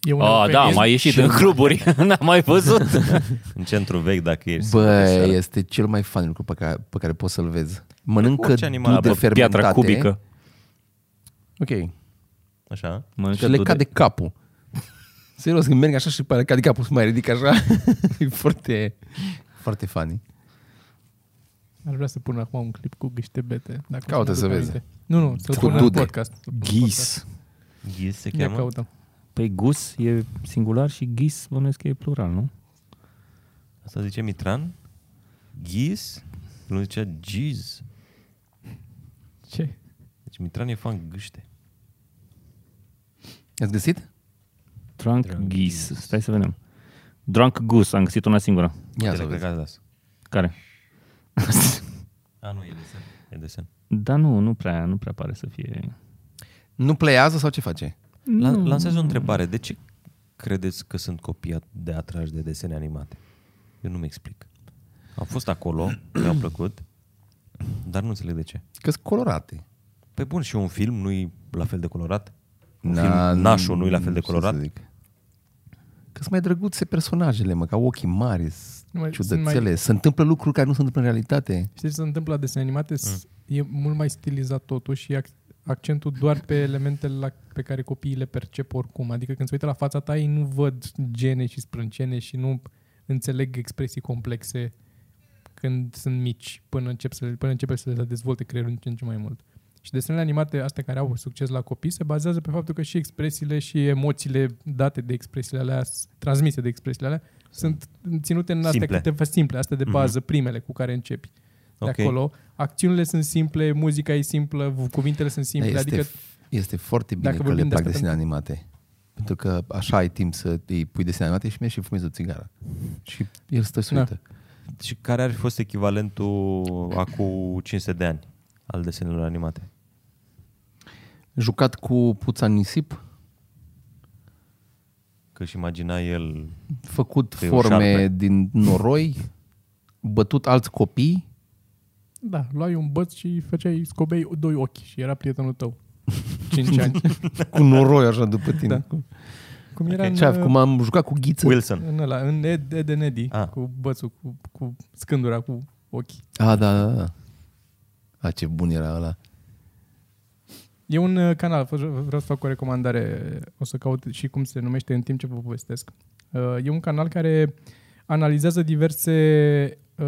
Speaker 3: E un
Speaker 1: Ah, da,
Speaker 3: eufemism.
Speaker 1: mai ieșit în cluburi, n-am mai văzut.
Speaker 2: În centru vechi, dacă ești.
Speaker 4: Bă, este cel mai fan lucru pe care, pe care poți să-l vezi. Mănâncă
Speaker 2: Orice animal,
Speaker 4: dude
Speaker 2: bă,
Speaker 1: Pe piatra
Speaker 4: fermentate.
Speaker 1: cubică.
Speaker 4: Ok.
Speaker 2: Așa.
Speaker 1: Mănâncă
Speaker 4: și le
Speaker 1: dude.
Speaker 4: cade capul. Serios, când merg așa și pare cade capul, se mai ridic așa. e foarte, foarte funny.
Speaker 3: Aș vrea să pun acum un clip cu gâște bete. Dacă
Speaker 4: Caută
Speaker 3: o mi-aduc
Speaker 4: să vezi.
Speaker 3: aminte. Nu, nu, să-l
Speaker 4: Cu
Speaker 3: pun în
Speaker 4: dude.
Speaker 3: podcast. Să-l pun în podcast.
Speaker 4: Ghis.
Speaker 2: Ghiz se
Speaker 3: Ia
Speaker 2: cheamă.
Speaker 3: căutăm.
Speaker 1: Păi gus e singular și ghis bănuiesc că e plural, nu?
Speaker 2: Asta zice Mitran. Ghiz. Nu zicea giz.
Speaker 3: Ce?
Speaker 2: Deci Mitran e fan gâște.
Speaker 4: Ați găsit?
Speaker 1: Drunk,
Speaker 2: Drunk
Speaker 1: ghis. Stai să vedem. Drunk goose, am găsit una singură.
Speaker 4: Ia să
Speaker 2: Uite, cred
Speaker 4: vezi.
Speaker 2: că ați dat.
Speaker 1: Care?
Speaker 2: A, nu, e desen. E desen.
Speaker 1: Da, nu, nu prea, nu prea pare să fie.
Speaker 4: Nu pleiază sau ce face?
Speaker 2: La, lansez o întrebare. De ce credeți că sunt copii at- de atrași de desene animate? Eu nu-mi explic. Am fost acolo, mi-au plăcut, dar nu înțeleg de ce.
Speaker 4: că sunt colorate.
Speaker 2: Păi bun, și un film nu-i la fel de colorat? Un
Speaker 4: Na,
Speaker 2: film, nașul nu-i la fel de
Speaker 4: știu
Speaker 2: colorat?
Speaker 4: să zic. Că sunt mai drăguțe personajele, mă, ca ochii mari, s-
Speaker 3: Nu mai- sunt
Speaker 4: ciudățele.
Speaker 3: mai-
Speaker 4: Mai... Se întâmplă lucruri care nu se întâmplă în realitate.
Speaker 3: Știi ce se întâmplă la desene animate? Mm. E mult mai stilizat totul și ac- accentul doar pe elementele la, pe care copiii le percep oricum. Adică când se uită la fața ta, ei nu văd gene și sprâncene și nu înțeleg expresii complexe când sunt mici, până, încep să, până începe să le dezvolte creierul din ce în ce mai mult. Și desenele animate, astea care au succes la copii, se bazează pe faptul că și expresiile și emoțiile date de expresiile alea, s- transmise de expresiile alea, sunt ținute în astea
Speaker 2: Simple.
Speaker 3: câteva simple, astea de bază, primele cu care începi de
Speaker 2: Ok.
Speaker 3: okay. acolo. Acțiunile sunt simple, muzica e simplă, v- cuvintele sunt simple,
Speaker 4: Dar
Speaker 3: adică
Speaker 4: este foarte bine
Speaker 3: Dacă
Speaker 4: că le
Speaker 3: vorbim de
Speaker 4: plac
Speaker 3: asta
Speaker 4: desene animate. Pentru că așa ai timp să îi pui desene animate și mergi și fumezi o țigară. Și el stă și
Speaker 3: Da.
Speaker 4: uită.
Speaker 2: Și care ar fi fost echivalentul acum 500 de ani al desenelor animate?
Speaker 4: Jucat cu puța în nisip,
Speaker 2: Că își imagina el...
Speaker 4: făcut
Speaker 2: Cu un șarpe.
Speaker 4: forme din noroi, bătut alți copii.
Speaker 3: da, luai un băț și făceai, scobei doi ochi și era prietenul tău. 5 ani.
Speaker 4: cu noroi așa după tine.
Speaker 3: Da. Cum era
Speaker 4: Ce,
Speaker 3: în,
Speaker 4: cum am jucat cu ghiță.
Speaker 2: Wilson.
Speaker 3: în, ăla, în Ed, Ed and Eddy,
Speaker 2: Ah.
Speaker 3: cu bățul, cu, cu scândura, cu ochi.
Speaker 4: A, da, da, da. A, ce bun era ăla.
Speaker 3: E un uh, canal, vă- vreau să fac o recomandare, o să caut și cum se numește în timp ce vă povestesc. Uh, E un canal care analizează diverse uh,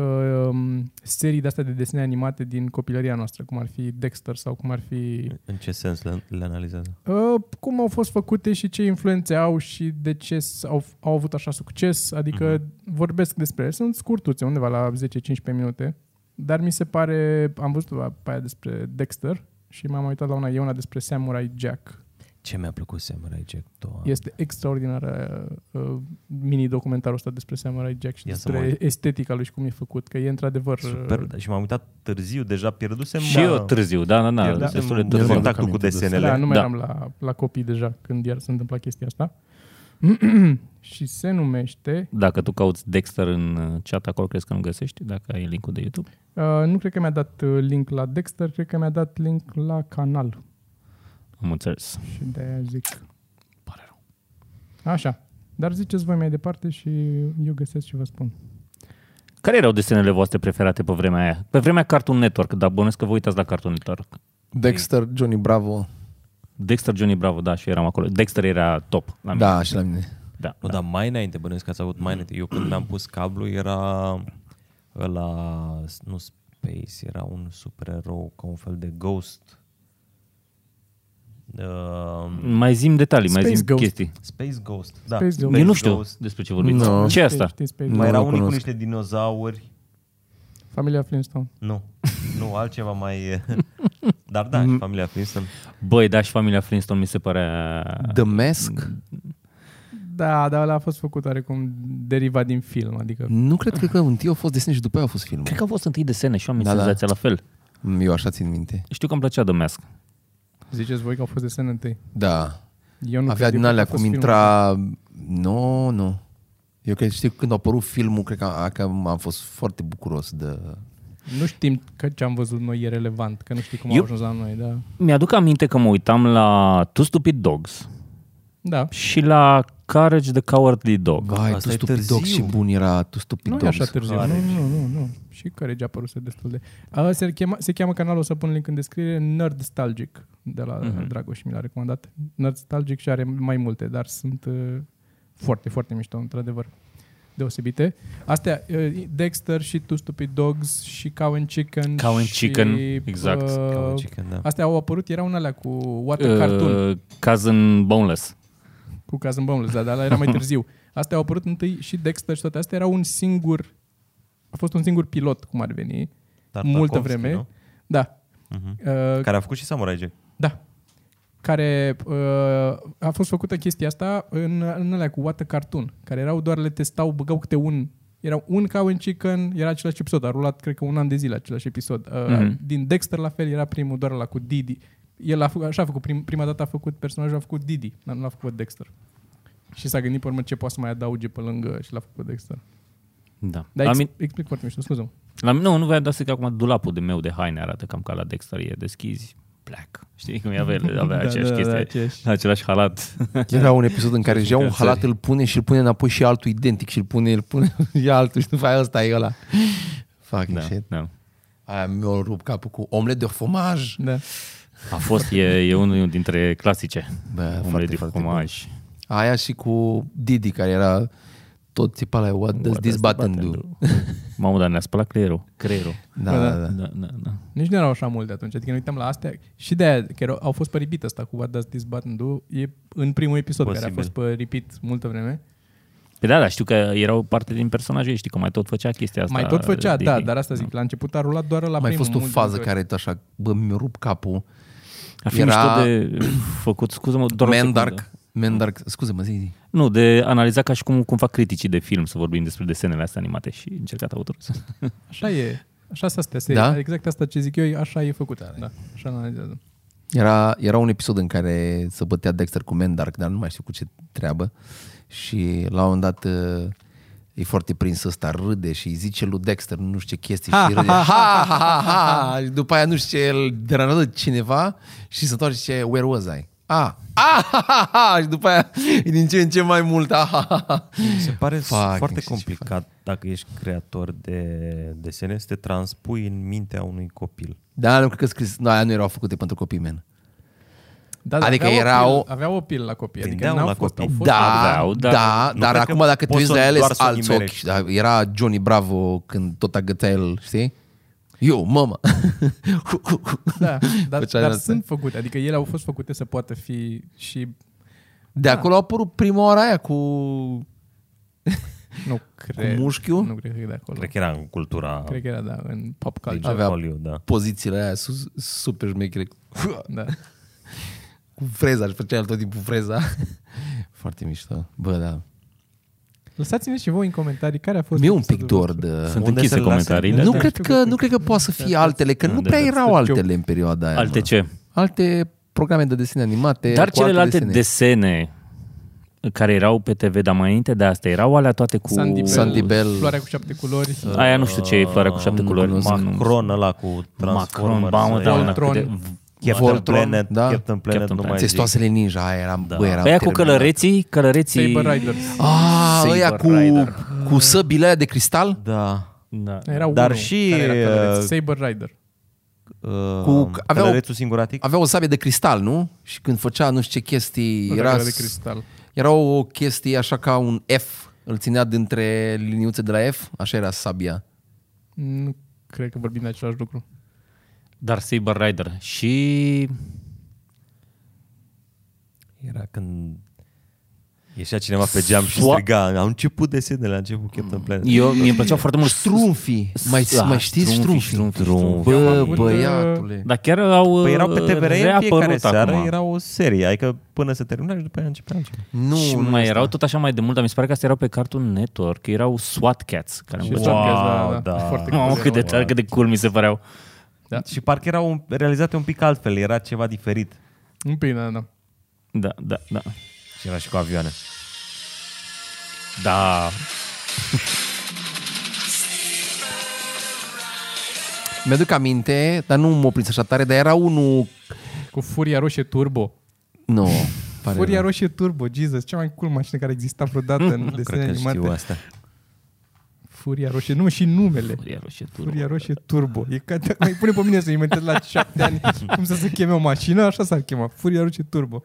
Speaker 3: um, serii de-astea de desene animate din copilăria noastră, cum ar fi Dexter sau cum ar fi
Speaker 2: În ce sens le, le analizează?
Speaker 3: Uh, cum au fost făcute și ce influențe au și de ce s- au, au avut așa succes. Adică mm-hmm.
Speaker 2: Mhm.
Speaker 3: vorbesc despre ele. Sunt scurtuțe, undeva la 10-15 minute. Dar mi se pare... Am văzut pe aia despre Dexter și m-am uitat la una, e una despre Samurai Jack.
Speaker 2: Ce mi-a plăcut Samurai Jack 2?
Speaker 3: Este extraordinară uh, mini-documentarul ăsta despre Samurai Jack și
Speaker 2: Ia să mă
Speaker 3: despre
Speaker 2: uit.
Speaker 3: estetica lui și cum e făcut, că e într-adevăr... uh,
Speaker 2: Super, da, și m-am uitat târziu, deja pierdusem
Speaker 1: Și eu târziu, da, da, da.
Speaker 2: pierdusem
Speaker 1: Destul de
Speaker 4: Eu
Speaker 1: târziu.
Speaker 4: mi-aduc
Speaker 2: contactul cu
Speaker 4: aminte de asta.
Speaker 2: desenele.
Speaker 3: Da, nu mai
Speaker 1: Da.
Speaker 3: eram la, la copii deja când iar se întâmpla chestia asta. și se numește
Speaker 1: Dacă tu cauți Dexter în uh, chat acolo, crezi că nu găsești, dacă ai linkul de YouTube.
Speaker 3: Uh, nu cred că mi-a dat uh, link la Dexter, cred că mi-a dat link la canal.
Speaker 1: Am înțeles.
Speaker 3: Și de-aia zic.
Speaker 1: Pare rău.
Speaker 3: Așa. Dar ziceți voi mai departe și eu găsesc și vă spun.
Speaker 1: Care erau desenele voastre preferate pe vremea aia? Pe vremea Cartoon Network, dar bănuiesc că vă uitați la Cartoon Network.
Speaker 4: Dexter, Johnny Bravo.
Speaker 1: Dexter, Johnny Bravo, da, și eu eram acolo. Dexter era top la mine.
Speaker 4: Da, și la mine.
Speaker 1: da.
Speaker 2: Nu, dar mai înainte, bănuiesc că ați avut mai înainte. Eu când mi-am pus cablu era la nu Space, era un supererou ca un fel de ghost. Uh,
Speaker 1: Mai zim detalii, mai
Speaker 3: Space
Speaker 1: zim
Speaker 3: Ghost.
Speaker 1: chestii.
Speaker 2: Space Ghost, da.
Speaker 3: Space Ghost.
Speaker 1: Eu nu știu
Speaker 2: Ghost.
Speaker 1: Deci despre ce vorbiți.
Speaker 4: No.
Speaker 1: Ce e asta?
Speaker 3: Știți, știți pe
Speaker 4: Nu,
Speaker 2: Mai
Speaker 4: nu
Speaker 2: erau unii cu
Speaker 4: cunosc.
Speaker 2: niște dinozauri.
Speaker 3: Familia Flintstone.
Speaker 2: Nu, nu, altceva mai... eh, Dar da, și familia Flintstone.
Speaker 1: Băi, da, și familia Flintstone mi se părea...
Speaker 4: The Mask?
Speaker 3: Da, dar ăla a fost făcut oarecum derivat din film, adică
Speaker 4: Nu cred, cred că un tiu a fost desen și după aia a fost film.
Speaker 1: Cred că au fost întâi desene și eu am
Speaker 4: Da, da.
Speaker 1: senzația la fel.
Speaker 4: Eu așa țin minte.
Speaker 1: Știu că îmi plăcea The Mask.
Speaker 3: ziceți voi că au fost desene întâi.
Speaker 4: Da.
Speaker 3: Eu nu
Speaker 4: Avea
Speaker 3: cred, eu cred
Speaker 4: din
Speaker 3: că a
Speaker 4: alea
Speaker 3: fost
Speaker 4: cum
Speaker 3: film.
Speaker 4: intra... Nu, nu. Eu cred, știi, când a apărut filmul, cred că, a- că am fost foarte bucuros de...
Speaker 3: Nu știm că ce am văzut noi e relevant, că nu știu cum eu...
Speaker 1: Eu-
Speaker 3: au ajuns la noi, da.
Speaker 1: Mi-aduc aminte că mă uitam la Two Stupid Dogs
Speaker 3: Da.
Speaker 1: și la Courage the Cowardly Dog.
Speaker 4: Vai, tu
Speaker 2: Asta e
Speaker 4: stupid
Speaker 2: târziu.
Speaker 4: dog și bun era tu stupid
Speaker 3: Nu e
Speaker 4: dog.
Speaker 3: așa târziu. Nu, nu, nu, nu. Și Courage a apărut destul de... A, se, chema, se cheamă canalul, o să pun link în descriere, Nerd Nostalgic, de la
Speaker 1: Mhm.
Speaker 3: mm-hmm. Dragoș mi l-a recomandat. Nerd Nostalgic și are mai multe, dar sunt uh, foarte, foarte mișto, într-adevăr. Deosebite. Astea, uh, Dexter și Two Stupid Dogs și Cow and Chicken.
Speaker 1: Cow and
Speaker 3: și,
Speaker 1: Chicken, exact.
Speaker 3: uh,
Speaker 2: Ca un chicken, da.
Speaker 3: Astea au apărut, erau în alea cu What a Cartoon,
Speaker 1: Uh, Cousin Boneless.
Speaker 3: cu Caz în Bombles, dar ăla era mai târziu. Astea au apărut întâi și Dexter și toate astea erau un singur, a fost un singur pilot, cum ar veni,
Speaker 2: Tartakovski,
Speaker 3: multă vreme.
Speaker 2: nu?
Speaker 3: Da.
Speaker 2: Mhm.
Speaker 3: Uh,
Speaker 2: Care a făcut și Samurai Jack.
Speaker 3: da. Care uh, a fost făcută chestia asta în, în alea cu What a Cartoon, care erau doar le testau, băgau câte un erau un cow and chicken, era același episod, a rulat cred că un an de zile același episod. Uh,
Speaker 1: Mhm.
Speaker 3: Din Dexter la fel era primul, doar la cu Didi. El a făcut, așa a făcut, prim, prima dată a făcut personajul, a făcut Didi, dar nu l-a făcut Dexter. Și s-a gândit pe urmă ce poate să mai adauge pe lângă și l-a făcut Dexter.
Speaker 1: Da.
Speaker 3: Dar
Speaker 1: La,
Speaker 3: ex-
Speaker 1: min-
Speaker 3: explic foarte mișto, scuze
Speaker 1: la, min- nu, nu voiam doar să zic acum dulapul de meu de haine arată cam ca la Dexter, e deschizi, black. Știi cum e avea, avea aceeași chestie, același halat.
Speaker 4: Era un episod în care își ia un halat, îl pune și îl pune înapoi și altul identic și îl pune, îl pune, ia altul și după aia ăsta e ăla. Fucking
Speaker 1: Da,
Speaker 4: shit.
Speaker 1: da.
Speaker 4: Aia mi-o rup capul cu omlet de fromaj.
Speaker 3: Da.
Speaker 1: A fost, e, e unul dintre clasice.
Speaker 4: Bă,
Speaker 1: Omul
Speaker 4: Da, foarte,
Speaker 1: de
Speaker 4: foarte
Speaker 1: fromaj.
Speaker 4: Aia și cu Didi, care era tot țipa la what does
Speaker 1: What
Speaker 4: this
Speaker 1: does
Speaker 4: button
Speaker 1: button
Speaker 4: do?
Speaker 1: Mamă, dar ne-a spălat creierul. Creierul.
Speaker 4: Da, da, da.
Speaker 1: Da, da, da.
Speaker 3: Nici nu erau așa multe atunci. Adică ne uitam la astea și de aia că erau, au fost pe repeat asta cu What Does This Button Do. E în primul episod Posibil. care a
Speaker 2: Posibil.
Speaker 3: fost pe repeat multă vreme.
Speaker 1: Păi da, da, știu că erau parte din personaje, știi că mai tot făcea chestia asta.
Speaker 3: Asta Mai tot făcea,
Speaker 1: Didi.
Speaker 3: da, dar asta zic. La început a rulat doar la
Speaker 4: Mai
Speaker 3: primul.
Speaker 4: fost o
Speaker 3: mult
Speaker 4: fază
Speaker 3: mult.
Speaker 4: care tot așa, bă, mi-o rup capul.
Speaker 1: Ar fi
Speaker 4: era-
Speaker 1: mișto de făcut, scuză-mă, doar o secundă.
Speaker 4: Mandark. Mandark, scuze-mă, zi, zi.
Speaker 1: Nu, de analiza ca și cum, cum fac criticii de film să vorbim despre desenele astea animate și încercat autorul. să-
Speaker 3: Așa e. Așa s-a stea, seria.
Speaker 4: Da?
Speaker 3: Exact asta ce zic eu, așa e făcută. Da, așa analizează.
Speaker 4: Era, era un episod în care se bătea Dexter cu Mandark, dar nu mai știu cu ce treabă. Și la un moment dat uh, e foarte prins ăsta, râde și îi zice lui Dexter nu știu ce chestii și râde. Ha, ha, ha, ha, ha. Și După aia nu știu ce, îl deranează cineva și se întoarce și zice, where was I? A, ah, ha, ha, ha. Și după aia e din ce în ce mai mult. Ah, ha, ha, ha.
Speaker 2: Mi se pare
Speaker 4: Fucking
Speaker 2: foarte
Speaker 4: shit,
Speaker 2: complicat dacă ești creator de desene să te transpui în mintea unui copil.
Speaker 4: Da, nu cred că scris, nu, aia nu erau făcute pentru copii, man.
Speaker 3: Da, da,
Speaker 4: Adică
Speaker 3: aveau
Speaker 4: erau-
Speaker 3: Appeal, aveau appeal la copii. Adică
Speaker 2: Vindeau
Speaker 3: n-au
Speaker 2: la
Speaker 3: fost,
Speaker 2: copii.
Speaker 3: Au fost
Speaker 4: Da,
Speaker 1: aveau,
Speaker 4: da,
Speaker 1: da.
Speaker 4: da,
Speaker 2: Nu
Speaker 4: dar
Speaker 2: cred
Speaker 4: acum
Speaker 2: că
Speaker 4: dacă tu
Speaker 2: poți
Speaker 4: ești
Speaker 2: să-
Speaker 4: la ele,
Speaker 2: doar
Speaker 4: sunt
Speaker 2: să
Speaker 4: alți ochi.
Speaker 2: nimerești.
Speaker 4: Da, era Johnny Bravo când tot agăța el, știi? Eu, mamă.
Speaker 3: Da, dar,
Speaker 4: Făceai
Speaker 3: dar
Speaker 4: asta.
Speaker 3: sunt făcute. Adică ele au fost făcute să poată fi și...
Speaker 4: De acolo a apărut prima oară aia cu,
Speaker 3: Nu
Speaker 4: cu
Speaker 3: cred.
Speaker 4: mușchiul.
Speaker 3: Nu cred că e de acolo.
Speaker 2: Cred că era în cultura
Speaker 3: Cred că era, da, în pop
Speaker 2: din
Speaker 3: culture.
Speaker 4: Avea-
Speaker 2: Hollywood, da.
Speaker 4: Pozițiile aia sus, super șmechere.
Speaker 3: Da.
Speaker 4: Cu freza, își făcea el tot timpul freza. Foarte mișto. Bă, da.
Speaker 3: Lăsați-ne și voi în comentarii care a fost...
Speaker 4: Mi-e un
Speaker 3: episodul
Speaker 4: pic dor
Speaker 3: vostru.
Speaker 4: de...
Speaker 1: Sunt
Speaker 2: Unde
Speaker 1: închise
Speaker 2: se lasă?
Speaker 1: comentariile.
Speaker 4: Nu
Speaker 3: da.
Speaker 4: cred că, nu cred că poate să fie altele, că nu
Speaker 1: da,
Speaker 4: prea
Speaker 1: da,
Speaker 4: erau
Speaker 3: da.
Speaker 4: altele în perioada aia.
Speaker 1: Alte
Speaker 4: mă.
Speaker 1: ce?
Speaker 4: Alte programe de desene animate.
Speaker 1: Dar
Speaker 4: cu alte
Speaker 1: celelalte
Speaker 4: desene.
Speaker 1: desene. care erau pe TV, dar mai înainte de asta, erau alea toate cu... Uh,
Speaker 3: Sandy Bell,
Speaker 4: Sandy Bell.
Speaker 3: Floarea cu șapte culori.
Speaker 1: Aia nu știu ce e floarea cu șapte
Speaker 4: nu
Speaker 1: culori.
Speaker 4: cunosc.
Speaker 2: Macron ăla cu Transformers.
Speaker 1: Macron, bamă, da, una
Speaker 3: Voltron.
Speaker 1: cât de...
Speaker 2: Captain
Speaker 4: Voltron,
Speaker 2: Planet,
Speaker 4: da.
Speaker 2: Captain Planet,
Speaker 1: Captain
Speaker 2: nu mai
Speaker 1: Planet.
Speaker 2: zic.
Speaker 4: Testoasele ninja, aia era, da. bă, era
Speaker 1: Pe aia cu
Speaker 4: terminat.
Speaker 1: călăreții, călăreții...
Speaker 3: Saber Riders.
Speaker 4: Ah,
Speaker 1: Saber
Speaker 4: ăia cu,
Speaker 1: Rider.
Speaker 4: cu săbile aia de cristal?
Speaker 2: Da.
Speaker 1: Da.
Speaker 3: Era
Speaker 2: Dar
Speaker 3: unul
Speaker 2: și,
Speaker 3: care era călăreț.
Speaker 2: uh,
Speaker 3: Saber Rider.
Speaker 4: Cu-
Speaker 2: Cu,
Speaker 4: aveau-
Speaker 2: Călărețul singuratic?
Speaker 4: Avea o sabie de cristal, nu? Și când făcea nu știu ce chestii,
Speaker 3: Nu,
Speaker 4: era,
Speaker 3: era de cristal.
Speaker 4: era o chestie așa ca un F. Îl ținea dintre liniuțe de la F, așa era sabia.
Speaker 3: Nu cred că vorbim de același lucru.
Speaker 1: Dar Saber Rider. Și...
Speaker 2: Era când ieșea cineva pe geam și striga. Au început desenele, a început Captain Planet.
Speaker 1: Eu, mi-e plăcea foarte mult...
Speaker 4: Strunfii. Mai,
Speaker 1: Da,
Speaker 4: mai știți
Speaker 1: strunfii,
Speaker 4: strunfii?
Speaker 1: strunfii, strunfii.
Speaker 4: Bă,
Speaker 3: avut,
Speaker 4: băiatule.
Speaker 1: Dar chiar au
Speaker 2: Păi erau pe TVR în fiecare
Speaker 1: reapărut
Speaker 2: seară,
Speaker 1: acum.
Speaker 2: era o serie, adică până se termina și după aia începea altceva.
Speaker 4: Nu,
Speaker 1: și
Speaker 4: nu
Speaker 1: mai
Speaker 4: este.
Speaker 1: erau tot așa mai de mult, dar mi se pare că astea erau pe Cartoon Network, erau SWAT Cats. Care
Speaker 3: Și
Speaker 1: îmi plăceau.
Speaker 3: Star Wars, da,
Speaker 2: da.
Speaker 3: Foarte
Speaker 1: Mamă,
Speaker 3: cool
Speaker 1: cât de
Speaker 3: erau.
Speaker 1: tare, cât de cool mi se păreau.
Speaker 3: Da.
Speaker 2: Și parcă erau un- realizate un pic altfel, era ceva diferit.
Speaker 3: Un pic, da, da.
Speaker 1: Da, da, da.
Speaker 2: Și era și cu avioane.
Speaker 1: Da.
Speaker 4: Mi-aduc aminte, dar nu m-o prins așa tare, dar era unul...
Speaker 3: Cu Furia Roșie Turbo.
Speaker 4: Nu, pare
Speaker 3: Furia
Speaker 4: rău.
Speaker 3: Roșie Turbo, Jesus, cea mai cool mașină care exista vreodată în
Speaker 2: Cred
Speaker 3: desene
Speaker 2: că știu
Speaker 3: animate.
Speaker 2: asta.
Speaker 3: Furia Roșie, nu, și numele.
Speaker 1: Furia roșie, turbo.
Speaker 3: Furia Roșie Turbo. E ca, mai pune pe mine să inventez la șapte ani cum să se cheme o mașină, așa s-ar chema. Furia Roșie Turbo.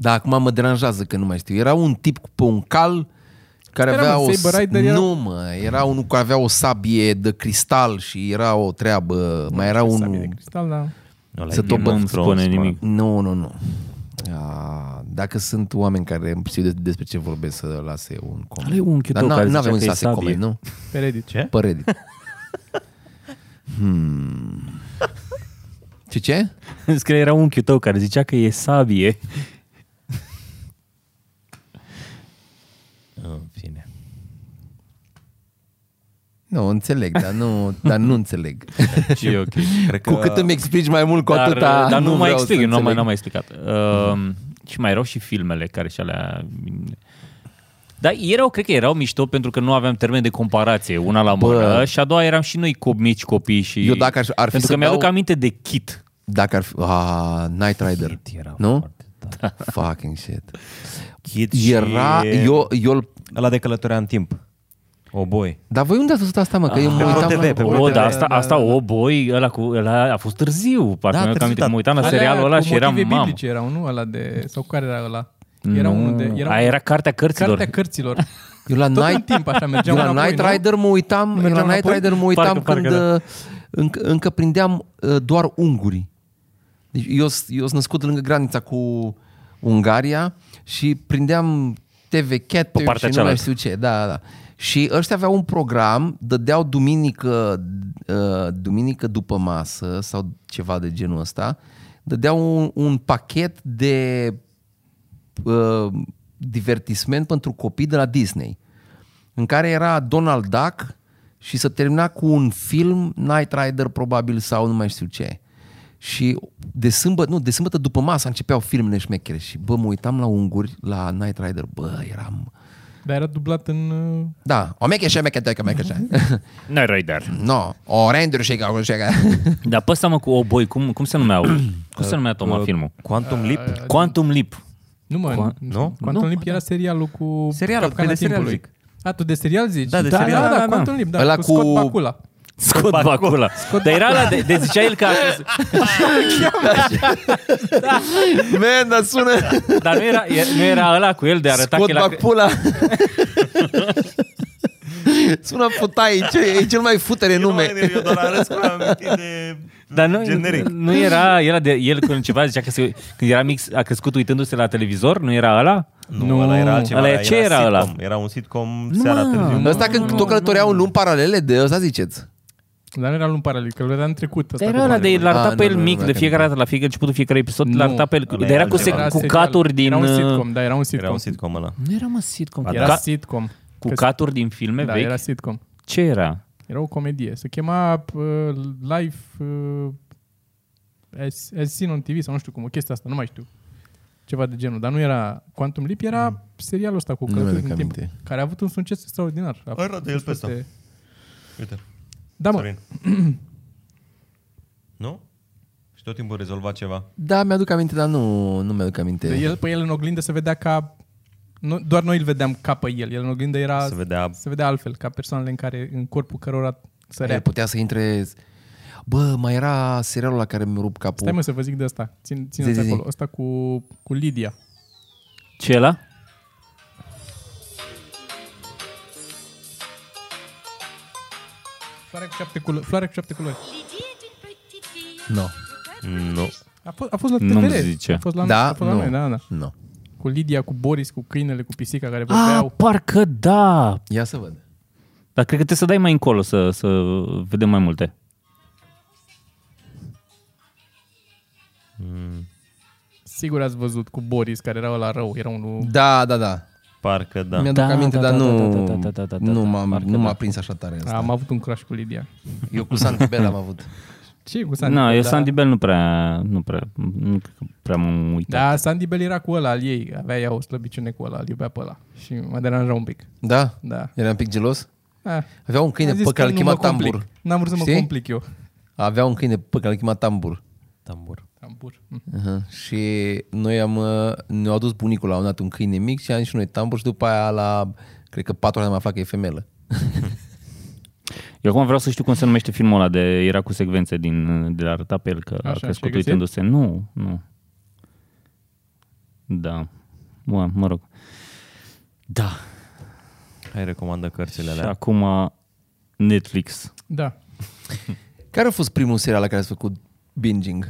Speaker 4: Da, acum mă deranjează că nu mai știu. Era un tip pe un cal care
Speaker 3: Era,
Speaker 4: avea
Speaker 3: mă,
Speaker 4: o...
Speaker 3: Saber
Speaker 4: s-
Speaker 3: Rider era-
Speaker 4: Nu, mă, era unul care avea o sabie de cristal și era o treabă. Mai era
Speaker 3: Sabie de
Speaker 4: unul...
Speaker 3: cristal, da.
Speaker 2: Ăla
Speaker 4: Să
Speaker 2: e Game
Speaker 4: topă,
Speaker 1: Nu
Speaker 2: of
Speaker 1: îmi
Speaker 2: Thrones,
Speaker 1: spune
Speaker 2: mă.
Speaker 1: nimic.
Speaker 4: Nu, nu, nu. A, dacă sunt oameni care știu de- despre ce vorbesc să lase un coment.
Speaker 1: Ale unchiul
Speaker 4: Dar
Speaker 1: tău
Speaker 4: n-
Speaker 1: care
Speaker 4: nu
Speaker 1: zicea
Speaker 4: avem
Speaker 1: că
Speaker 4: să
Speaker 1: e
Speaker 4: lase
Speaker 1: sabie.
Speaker 4: coment, nu?
Speaker 3: Pe Reddit.
Speaker 2: Ce?
Speaker 4: Pe Reddit. hmm. Ce ce?
Speaker 1: Îmi scrie, era unchiul tău care zicea că e sabie.
Speaker 2: În fine.
Speaker 4: Nu, înțeleg, dar nu, dar nu înțeleg.
Speaker 1: Și e ok.
Speaker 2: Cred că
Speaker 4: Cu cât îmi explici mai mult, cu
Speaker 1: dar,
Speaker 4: atâta
Speaker 1: dar nu, mai
Speaker 4: vreau
Speaker 1: explic,
Speaker 4: să
Speaker 1: eu nu am mai,
Speaker 4: înțeleg.
Speaker 1: n-am mai explicat. Uh, și mai erau și filmele care și alea... Dar erau, cred că erau mișto pentru că nu aveam termen de comparație, una la mână,
Speaker 4: Bă.
Speaker 1: și a doua eram și noi co- mici copii și...
Speaker 4: Eu dacă ar fi- ar fi
Speaker 1: pentru
Speaker 4: să
Speaker 1: că mi-aduc
Speaker 4: dau-
Speaker 1: aminte de Kit.
Speaker 4: Dacă ar fi... A, Night Rider.
Speaker 2: Kid era
Speaker 4: Nu? Da.
Speaker 2: foarte tare.
Speaker 4: Fucking shit.
Speaker 2: Kid
Speaker 4: Era...
Speaker 2: și
Speaker 4: Eu, eu,
Speaker 2: ăla de călătorea în timp. O boi.
Speaker 4: dar voi unde ați văzut asta, mă? Că eu mă
Speaker 2: Ah,
Speaker 4: uitam
Speaker 2: pe
Speaker 4: la...
Speaker 2: TV, pe
Speaker 1: O,
Speaker 2: Uite,
Speaker 1: dar
Speaker 2: da,
Speaker 1: asta,
Speaker 3: da,
Speaker 1: asta, o, boi, ăla, cu, ăla a fost târziu. Parcă
Speaker 2: Da,
Speaker 1: mi-aduc
Speaker 2: târziu,
Speaker 1: aminte
Speaker 2: da.
Speaker 1: că mă uitam la
Speaker 3: Alea
Speaker 1: serialul ăla
Speaker 3: cu
Speaker 1: și eram
Speaker 3: motive
Speaker 1: mam.
Speaker 3: biblice erau, nu? Ăla de... Sau care era ăla? Era unul de... Era,
Speaker 1: Aia era cartea cărților.
Speaker 3: cartea cărților.
Speaker 4: Eu la
Speaker 3: Tot în
Speaker 4: Night,
Speaker 3: timp așa
Speaker 4: eu
Speaker 3: mergeam
Speaker 4: la Night
Speaker 3: înapoi, nu?
Speaker 4: Rider mă uitam, eu
Speaker 3: Mergeam
Speaker 4: la Night
Speaker 3: înapoi?
Speaker 4: Rider mă uitam
Speaker 1: Parcă-
Speaker 4: când
Speaker 1: parcă da.
Speaker 4: uh, încă, încă prindeam uh, doar ungurii. Deci eu, s- eu sunt născut lângă granița cu Ungaria și prindeam TV Cat
Speaker 1: Pe partea
Speaker 4: și nu mai
Speaker 1: cealaltă.
Speaker 4: știu ce, da, da, da. Și ăștia aveau un program, dădeau duminică, uh, duminică după masă sau ceva de genul ăsta, dădeau un, un pachet de uh, divertisment pentru copii de la Disney, în care era Donald Duck și se termina cu un film, Night Rider probabil sau nu mai știu ce. Și de sâmbătă, nu, de sâmbătă după masă începeau filmele șmechere și bă, mă uitam la unguri, la Night Rider, bă, eram...
Speaker 3: Dar era dublat în... uh,
Speaker 4: Da, o meche și o meche, o meche și
Speaker 1: Nu Rider.
Speaker 4: No, o render și o și
Speaker 1: Dar pe ăsta, mă, cu o, boi, cum, cum se numeau? cum se numea,
Speaker 2: Uh,
Speaker 1: Toma, filmul?
Speaker 2: Quantum Leap?
Speaker 1: Quantum Leap.
Speaker 3: Nu mă,
Speaker 1: Qua-
Speaker 3: nu?
Speaker 2: nu?
Speaker 3: știu. Quantum Leap era serialul cu
Speaker 2: Serialul,
Speaker 3: Capcana
Speaker 2: că de serial
Speaker 3: Timpului. A, tu de serial zici?
Speaker 2: Da, de
Speaker 3: da,
Speaker 2: serial.
Speaker 3: da, da,
Speaker 1: Da, da.
Speaker 3: Quantum Leap, da,
Speaker 4: Ăla
Speaker 3: cu Scott
Speaker 4: cu-
Speaker 3: Bakula.
Speaker 1: Scot Bakula. Dar era la de, de zicea el că... a-
Speaker 4: Man, dar sună
Speaker 1: Dar nu era, e- nu era ăla cu el de arăta
Speaker 4: Scot
Speaker 1: că el a-
Speaker 4: bag pula Sună putai, e cel, e cel mai futere nume
Speaker 2: Eu doar arăt cum am amintit de
Speaker 1: Dar nu,
Speaker 2: generic.
Speaker 1: nu era, era de, el când ceva zicea că se, când era mic, a crescut uitându-se la televizor, nu era ăla?
Speaker 2: Nu, nu, ăla era altceva.
Speaker 1: Ăla e- ce era ăla?
Speaker 2: sitcom. Era un sitcom seara târziu.
Speaker 4: Ăsta când tot călătoreau în luni paralele de ăsta ziceți
Speaker 3: Dar nu era luni paralel, că îl vedeam în trecut. ăsta
Speaker 1: Dar
Speaker 3: cu
Speaker 1: era ăla de
Speaker 3: paralel.
Speaker 1: l-a arătat
Speaker 4: Ah,
Speaker 1: pe
Speaker 4: nu,
Speaker 1: el
Speaker 4: nu, nu,
Speaker 1: mic
Speaker 4: nu,
Speaker 1: de
Speaker 4: nu.
Speaker 1: fiecare dată, la fie, începutul fiecare episod, l-a
Speaker 3: Nu.
Speaker 1: arătat pe el.
Speaker 2: Ăla
Speaker 1: Dar era
Speaker 2: e
Speaker 1: cu, se,
Speaker 2: altceva.
Speaker 1: cu
Speaker 3: serial.
Speaker 1: caturi din...
Speaker 3: Era un
Speaker 1: uh,
Speaker 3: sitcom, da, era un
Speaker 2: Era
Speaker 3: sitcom.
Speaker 2: un sitcom ăla.
Speaker 1: Nu era mă sitcom.
Speaker 2: Ba
Speaker 1: Era
Speaker 3: Era
Speaker 1: ca,
Speaker 3: sitcom.
Speaker 1: cu
Speaker 3: Că-
Speaker 1: caturi din filme
Speaker 3: Da,
Speaker 1: Da. vechi?
Speaker 3: era sitcom.
Speaker 1: Ce era?
Speaker 3: Era o comedie. Se chema uh, Life uh, as, as Seen on TV sau nu știu cum, o chestie asta, nu mai știu. Ceva de genul. Dar nu era Quantum Leap, era mm. serialul ăsta cu
Speaker 4: Nu
Speaker 3: călători
Speaker 4: mi-aduc
Speaker 3: în timp.
Speaker 4: aminte.
Speaker 3: Care a avut un succes extraordinar. A
Speaker 2: Arată el
Speaker 3: fost
Speaker 2: pe ăsta.
Speaker 3: peste-
Speaker 2: Uite,
Speaker 3: Da, mă.
Speaker 2: Sorin. Nu? Și tot timpul rezolva ceva.
Speaker 4: Da, mi-aduc aminte, dar nu, nu mi-aduc aminte
Speaker 3: De el, pe el în oglindă se vedea ca... Nu, doar noi îl vedeam ca pe el. El în oglindă era...
Speaker 2: Se vedea
Speaker 3: se vedea altfel, ca persoanele în care, în corpul cărora
Speaker 4: El
Speaker 3: sărea.
Speaker 4: putea să intre... Bă, mai era serialul la care mi-a rupt capul.
Speaker 3: Stai mă să vă zic de asta. Țin, țineți
Speaker 4: Zi, zi, zi.
Speaker 3: acolo. Asta cu, cu Lidia.
Speaker 1: Ce era?
Speaker 3: Floarea cu șapte, culo- floarea cu șapte culori.
Speaker 5: Lydie est une petite fille.
Speaker 4: Nu.
Speaker 2: Nu.
Speaker 3: A fost, a fost la
Speaker 1: Nu-mi
Speaker 3: TVR.
Speaker 1: zice.
Speaker 3: A fost la,
Speaker 4: Da?
Speaker 3: a fost la
Speaker 4: Nu.
Speaker 3: noi, da, da.
Speaker 4: Nu.
Speaker 3: Cu Lidia, cu Boris, cu câinele, cu pisica care
Speaker 1: Ah,
Speaker 3: vorbeau.
Speaker 1: parcă da!
Speaker 4: Ia să văd.
Speaker 1: Dar cred că trebuie să dai mai încolo să, să vedem mai multe.
Speaker 3: Sigur ați văzut cu Boris, care era la rău. Era unul...
Speaker 4: Da, da, da.
Speaker 2: Parcă da.
Speaker 4: Mi-aduc
Speaker 1: Da,
Speaker 4: aminte,
Speaker 1: da,
Speaker 4: dar
Speaker 1: da,
Speaker 4: nu,
Speaker 1: da, da, da, da, da, da,
Speaker 4: nu,
Speaker 1: da,
Speaker 4: m-a,
Speaker 1: parcă
Speaker 4: nu
Speaker 1: da.
Speaker 4: m-a prins așa tare asta.
Speaker 3: Am avut un crush cu Lidia.
Speaker 4: Eu cu Santi Bell am avut.
Speaker 3: Ce e cu Sandy
Speaker 1: Nu,
Speaker 3: Bell?
Speaker 1: eu
Speaker 3: Da.
Speaker 1: Sandy Bell nu prea, nu prea, nu cred că prea m-am uitat.
Speaker 3: Da, Sandy Bell era cu ăla al ei. Avea ea o slăbiciune cu ăla, îl iubea pe ăla. Și mă deranja un pic.
Speaker 4: Da?
Speaker 3: Da.
Speaker 4: Era un pic gelos?
Speaker 3: Ah.
Speaker 4: Avea un
Speaker 3: Am
Speaker 4: câine
Speaker 3: zis că
Speaker 4: pe care îl
Speaker 3: nu
Speaker 4: chema
Speaker 3: mă complic.
Speaker 4: Tambur.
Speaker 3: N-am vrut să mă
Speaker 4: Știi?
Speaker 3: complic eu.
Speaker 4: Avea un câine pe care îl chema Tambur.
Speaker 2: Tambur.
Speaker 3: Tambur. Mm.
Speaker 4: Uh-huh. Și noi am, uh, ne-a adus bunicul la un dat un câine mic și am zis și noi Tambur și după aia la, cred că patru ani am aflat că e femelă.
Speaker 1: Eu acum vreau să știu cum se numește filmul ăla de era cu secvențe din de la arăta pe el că a
Speaker 3: Așa, și ai
Speaker 1: crescut
Speaker 3: găsit?
Speaker 1: uitându-se. Nu, nu. Da. Bun, mă rog. Da.
Speaker 2: Hai, recomandă cărțile
Speaker 1: Și
Speaker 2: alea.
Speaker 1: acum Netflix.
Speaker 3: Da.
Speaker 4: Care a fost primul serial la care ați făcut binging?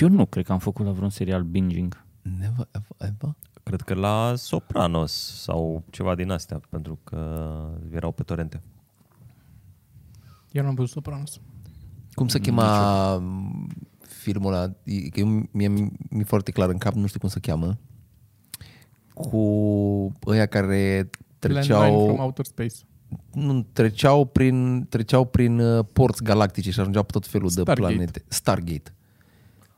Speaker 1: Eu nu cred că am făcut la vreun serial binging.
Speaker 2: Da.
Speaker 4: Never ever ever?
Speaker 2: Cred că la Sopranos sau ceva din astea, pentru că erau pe torente.
Speaker 3: Eu n-am văzut Sopranos.
Speaker 4: Cum se chema um, filmul ăla? E- Că eu, mie mi-e foarte clar în cap, nu știu cum se cheamă. Cu ăia care
Speaker 3: Landmine from
Speaker 4: treceau,
Speaker 3: Outer Space.
Speaker 4: nu, treceau prin, treceau prin uh, porți galactice și ajungeau pe tot felul
Speaker 3: Stargate.
Speaker 4: de planete. Stargate.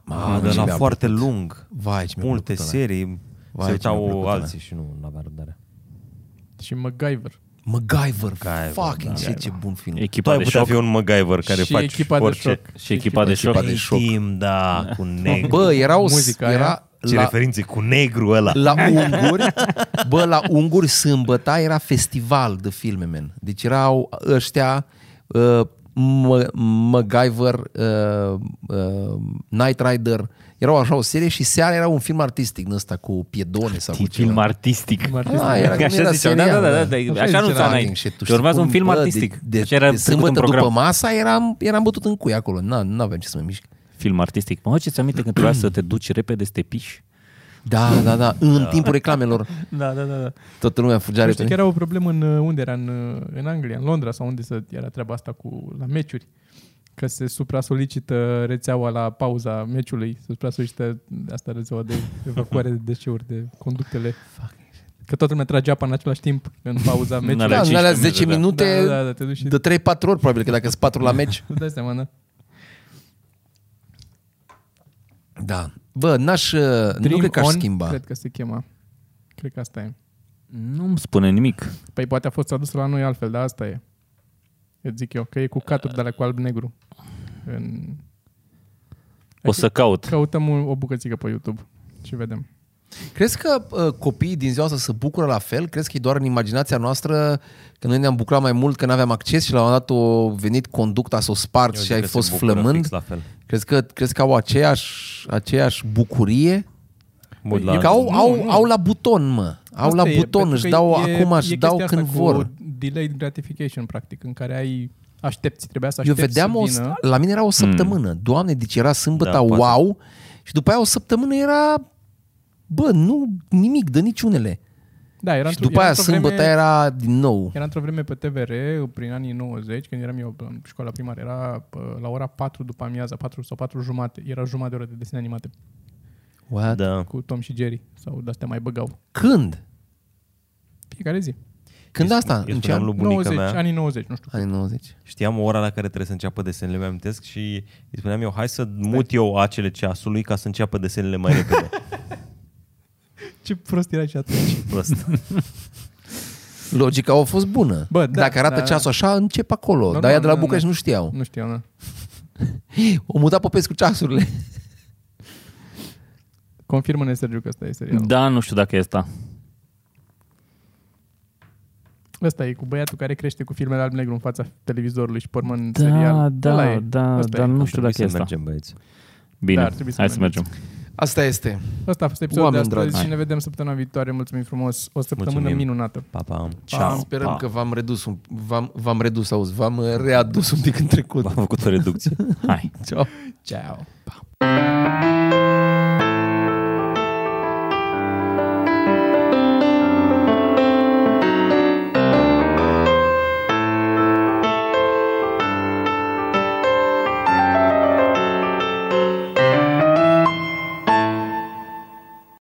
Speaker 2: Ah, dar
Speaker 4: ce
Speaker 2: la
Speaker 4: mi-a
Speaker 2: foarte
Speaker 4: plăcut.
Speaker 2: lung.
Speaker 4: Vai, ce mi-a
Speaker 2: Multe
Speaker 4: plăcut ăla.
Speaker 2: serii
Speaker 4: Vai,
Speaker 2: se
Speaker 4: ce mi-a
Speaker 2: uitau
Speaker 4: plăcut ăla.
Speaker 2: alții și nu avea răbdare.
Speaker 3: Și MacGyver.
Speaker 4: MacGyver,
Speaker 2: MacGyver,
Speaker 4: fucking
Speaker 2: da.
Speaker 4: ce, ce bun film.
Speaker 2: Tu
Speaker 1: Echipa
Speaker 2: ai
Speaker 1: de
Speaker 2: putea
Speaker 1: șoc
Speaker 2: fi un MacGyver care
Speaker 3: și
Speaker 2: faci
Speaker 3: echipa
Speaker 2: orice.
Speaker 3: de șoc.
Speaker 1: și echipa de șoc.
Speaker 4: echipa de șoc.
Speaker 2: Tim, da, cu negru.
Speaker 4: Bă, erau,
Speaker 3: Muzica aia.
Speaker 4: era
Speaker 2: Ce
Speaker 4: la,
Speaker 2: referințe cu negru ăla.
Speaker 4: La unguri, bă, la unguri sâmbăta era festival de filme, man. Deci erau ăștia, uh, M- MacGyver, uh, uh, Night Rider, erau așa o serie și seara era un film artistic din ăsta cu piedone sau cu ceva.
Speaker 1: Film artistic.
Speaker 3: artistic.
Speaker 4: Ah, era,
Speaker 1: Că
Speaker 4: cum era
Speaker 1: așa ziceau, da, da, da, da,
Speaker 4: serial,
Speaker 1: da, așa
Speaker 4: zicea
Speaker 1: nu
Speaker 4: la
Speaker 1: s-a
Speaker 4: Harding
Speaker 1: înainte.
Speaker 4: și tu
Speaker 1: Și
Speaker 4: știi
Speaker 1: urmează
Speaker 4: cum,
Speaker 1: un film
Speaker 4: bă,
Speaker 1: artistic.
Speaker 4: De,
Speaker 1: Așa
Speaker 4: de, de,
Speaker 1: era
Speaker 4: de
Speaker 1: trecut în
Speaker 4: sâmbătă
Speaker 1: program.
Speaker 4: după masa eram, eram bătut în cui acolo. Na, nu aveam ce să mă mișc.
Speaker 1: Film artistic. Mă, ce ți aminte când trebuia să te duci repede să te piși?
Speaker 4: Da, da, da, în timpul reclamelor
Speaker 1: Da, da, da. da.
Speaker 4: toată lumea fugea
Speaker 3: Nu știu că
Speaker 4: repede.
Speaker 3: era o problemă în uh, unde era, în, uh, în Anglia, în Londra sau unde se- era treaba asta cu la meciuri. Că se supra-solicită rețeaua la pauza meciului, se supra-solicită asta rețeaua de evacuare de deșeuri, de conductele. Că toată lumea trage apa în același timp, în pauza meciului.
Speaker 4: Da,
Speaker 1: Alea
Speaker 4: în alea
Speaker 1: 15
Speaker 4: 10
Speaker 1: minute,
Speaker 4: minute,
Speaker 3: da, da, da, te duci și
Speaker 4: de 3-4 ori probabil, că dacă sunt 4 la meci,
Speaker 3: îți dai seama, da?
Speaker 4: Da. Bă, n-aș... uh, nu cred că aș
Speaker 3: on,
Speaker 4: schimba.
Speaker 3: Cred că se chema. Cred că asta e.
Speaker 1: Nu-mi spune nimic.
Speaker 3: Păi poate a fost adus la noi altfel, dar asta e. Eu zic eu, că e cu caturi de la cu alb-negru. În...
Speaker 1: O să caut.
Speaker 3: Căutăm un- o bucățică pe YouTube și vedem.
Speaker 4: Crezi că uh, copiii din ziua asta se bucură la fel? Crezi că e doar în imaginația noastră că noi ne-am bucurat mai mult, că nu aveam acces și la un moment dat o venit conducta să o sparți
Speaker 2: Eu
Speaker 4: și
Speaker 2: zic
Speaker 4: ai
Speaker 2: că se
Speaker 4: fost
Speaker 2: bucură
Speaker 4: flămând?
Speaker 2: fix la fel.
Speaker 4: Crezi că, crezi că au aceeași, aceeași bucurie?
Speaker 2: Mă
Speaker 3: Păi
Speaker 2: uit
Speaker 4: La, că au, nu, au, nu. au la buton, mă. Au
Speaker 3: Asta
Speaker 4: la
Speaker 3: e,
Speaker 4: buton,
Speaker 3: pentru
Speaker 4: își
Speaker 3: că
Speaker 4: dau
Speaker 3: e-
Speaker 4: acum,
Speaker 3: e
Speaker 4: își dau
Speaker 3: chestia
Speaker 4: când
Speaker 3: asta cu
Speaker 4: vor.
Speaker 3: Delayed gratification, practic, în care ai aștepți, trebuia să
Speaker 4: Eu
Speaker 3: aștepți
Speaker 4: vedeam,
Speaker 3: să
Speaker 4: o,
Speaker 3: vină.
Speaker 4: la mine era o săptămână. Mm. Doamne, deci era sâmbăta, da,
Speaker 2: Da, poate.
Speaker 4: wow! Și după aia o săptămână era, bă, nu nimic, de niciunele.
Speaker 3: Da, era
Speaker 4: și
Speaker 3: într-o-
Speaker 4: după
Speaker 3: era
Speaker 4: aia
Speaker 3: într-o
Speaker 4: sâmbătă
Speaker 3: vreme-
Speaker 4: era din nou.
Speaker 3: Era într-o vreme pe TVR, prin anii 90, când eram eu în școala primară, era pă, la ora 4 după amiaza, 4 sau 4 jumate, era jumătate de oră de desene animate
Speaker 4: What? Da.
Speaker 2: Da.
Speaker 3: cu Tom și Jerry, sau de-astea mai băgau.
Speaker 4: Când?
Speaker 3: Fiecare zi.
Speaker 4: Când
Speaker 2: Eu
Speaker 4: asta?
Speaker 2: spuneam
Speaker 4: În ce an?
Speaker 2: lui bunica
Speaker 3: 90,
Speaker 2: mea,
Speaker 3: anii 90, nu știu.
Speaker 4: Anii 90.
Speaker 2: știam ora la care trebuie să înceapă desenele, mi amintesc și îi spuneam eu, hai să mut eu acele ceasului ca să înceapă desenele mai repede.
Speaker 3: Ce prost era și atunci.
Speaker 2: Prost.
Speaker 4: Logica a fost bună.
Speaker 3: Bă, da,
Speaker 4: Dacă arată
Speaker 3: da, da.
Speaker 4: ceasul așa, încep acolo.
Speaker 3: Normal,
Speaker 4: Dar ea de la
Speaker 3: da, da.
Speaker 4: București nu știau.
Speaker 3: nu știu, na.
Speaker 4: O muta Popescu ceasurile.
Speaker 3: Confirmă-ne, Sergiu, că ăsta e serialul.
Speaker 1: Da, nu știu dacă e asta.
Speaker 3: Ăsta e cu băiatul care crește cu filmele alb-negru în fața televizorului și pe urmă în
Speaker 1: Da,
Speaker 3: serial. Ăla
Speaker 1: da,
Speaker 3: e.
Speaker 1: da,
Speaker 3: Ăsta
Speaker 1: dar
Speaker 3: e.
Speaker 1: nu știu
Speaker 2: Trebuie
Speaker 1: dacă e
Speaker 2: să
Speaker 1: asta.
Speaker 2: mergem, băieți.
Speaker 1: Bine,
Speaker 3: Da,
Speaker 1: hai
Speaker 3: ar trebui să
Speaker 1: să mergem.
Speaker 4: Asta este.
Speaker 3: Asta a fost episodul de
Speaker 4: Oameni
Speaker 3: astăzi
Speaker 4: dragi.
Speaker 3: și ne vedem săptămâna viitoare. Mulțumim frumos. O săptămână
Speaker 2: Mulțumim.
Speaker 3: minunată.
Speaker 2: Pa, pa.
Speaker 4: Ciao. Sperăm că v-am redus, un, v-am, v-am redus, auzi, v-am uh, readus un pic în trecut.
Speaker 2: V-am făcut o reducție.
Speaker 1: Hai.
Speaker 4: Ciao.
Speaker 3: Ciao.
Speaker 4: Pa.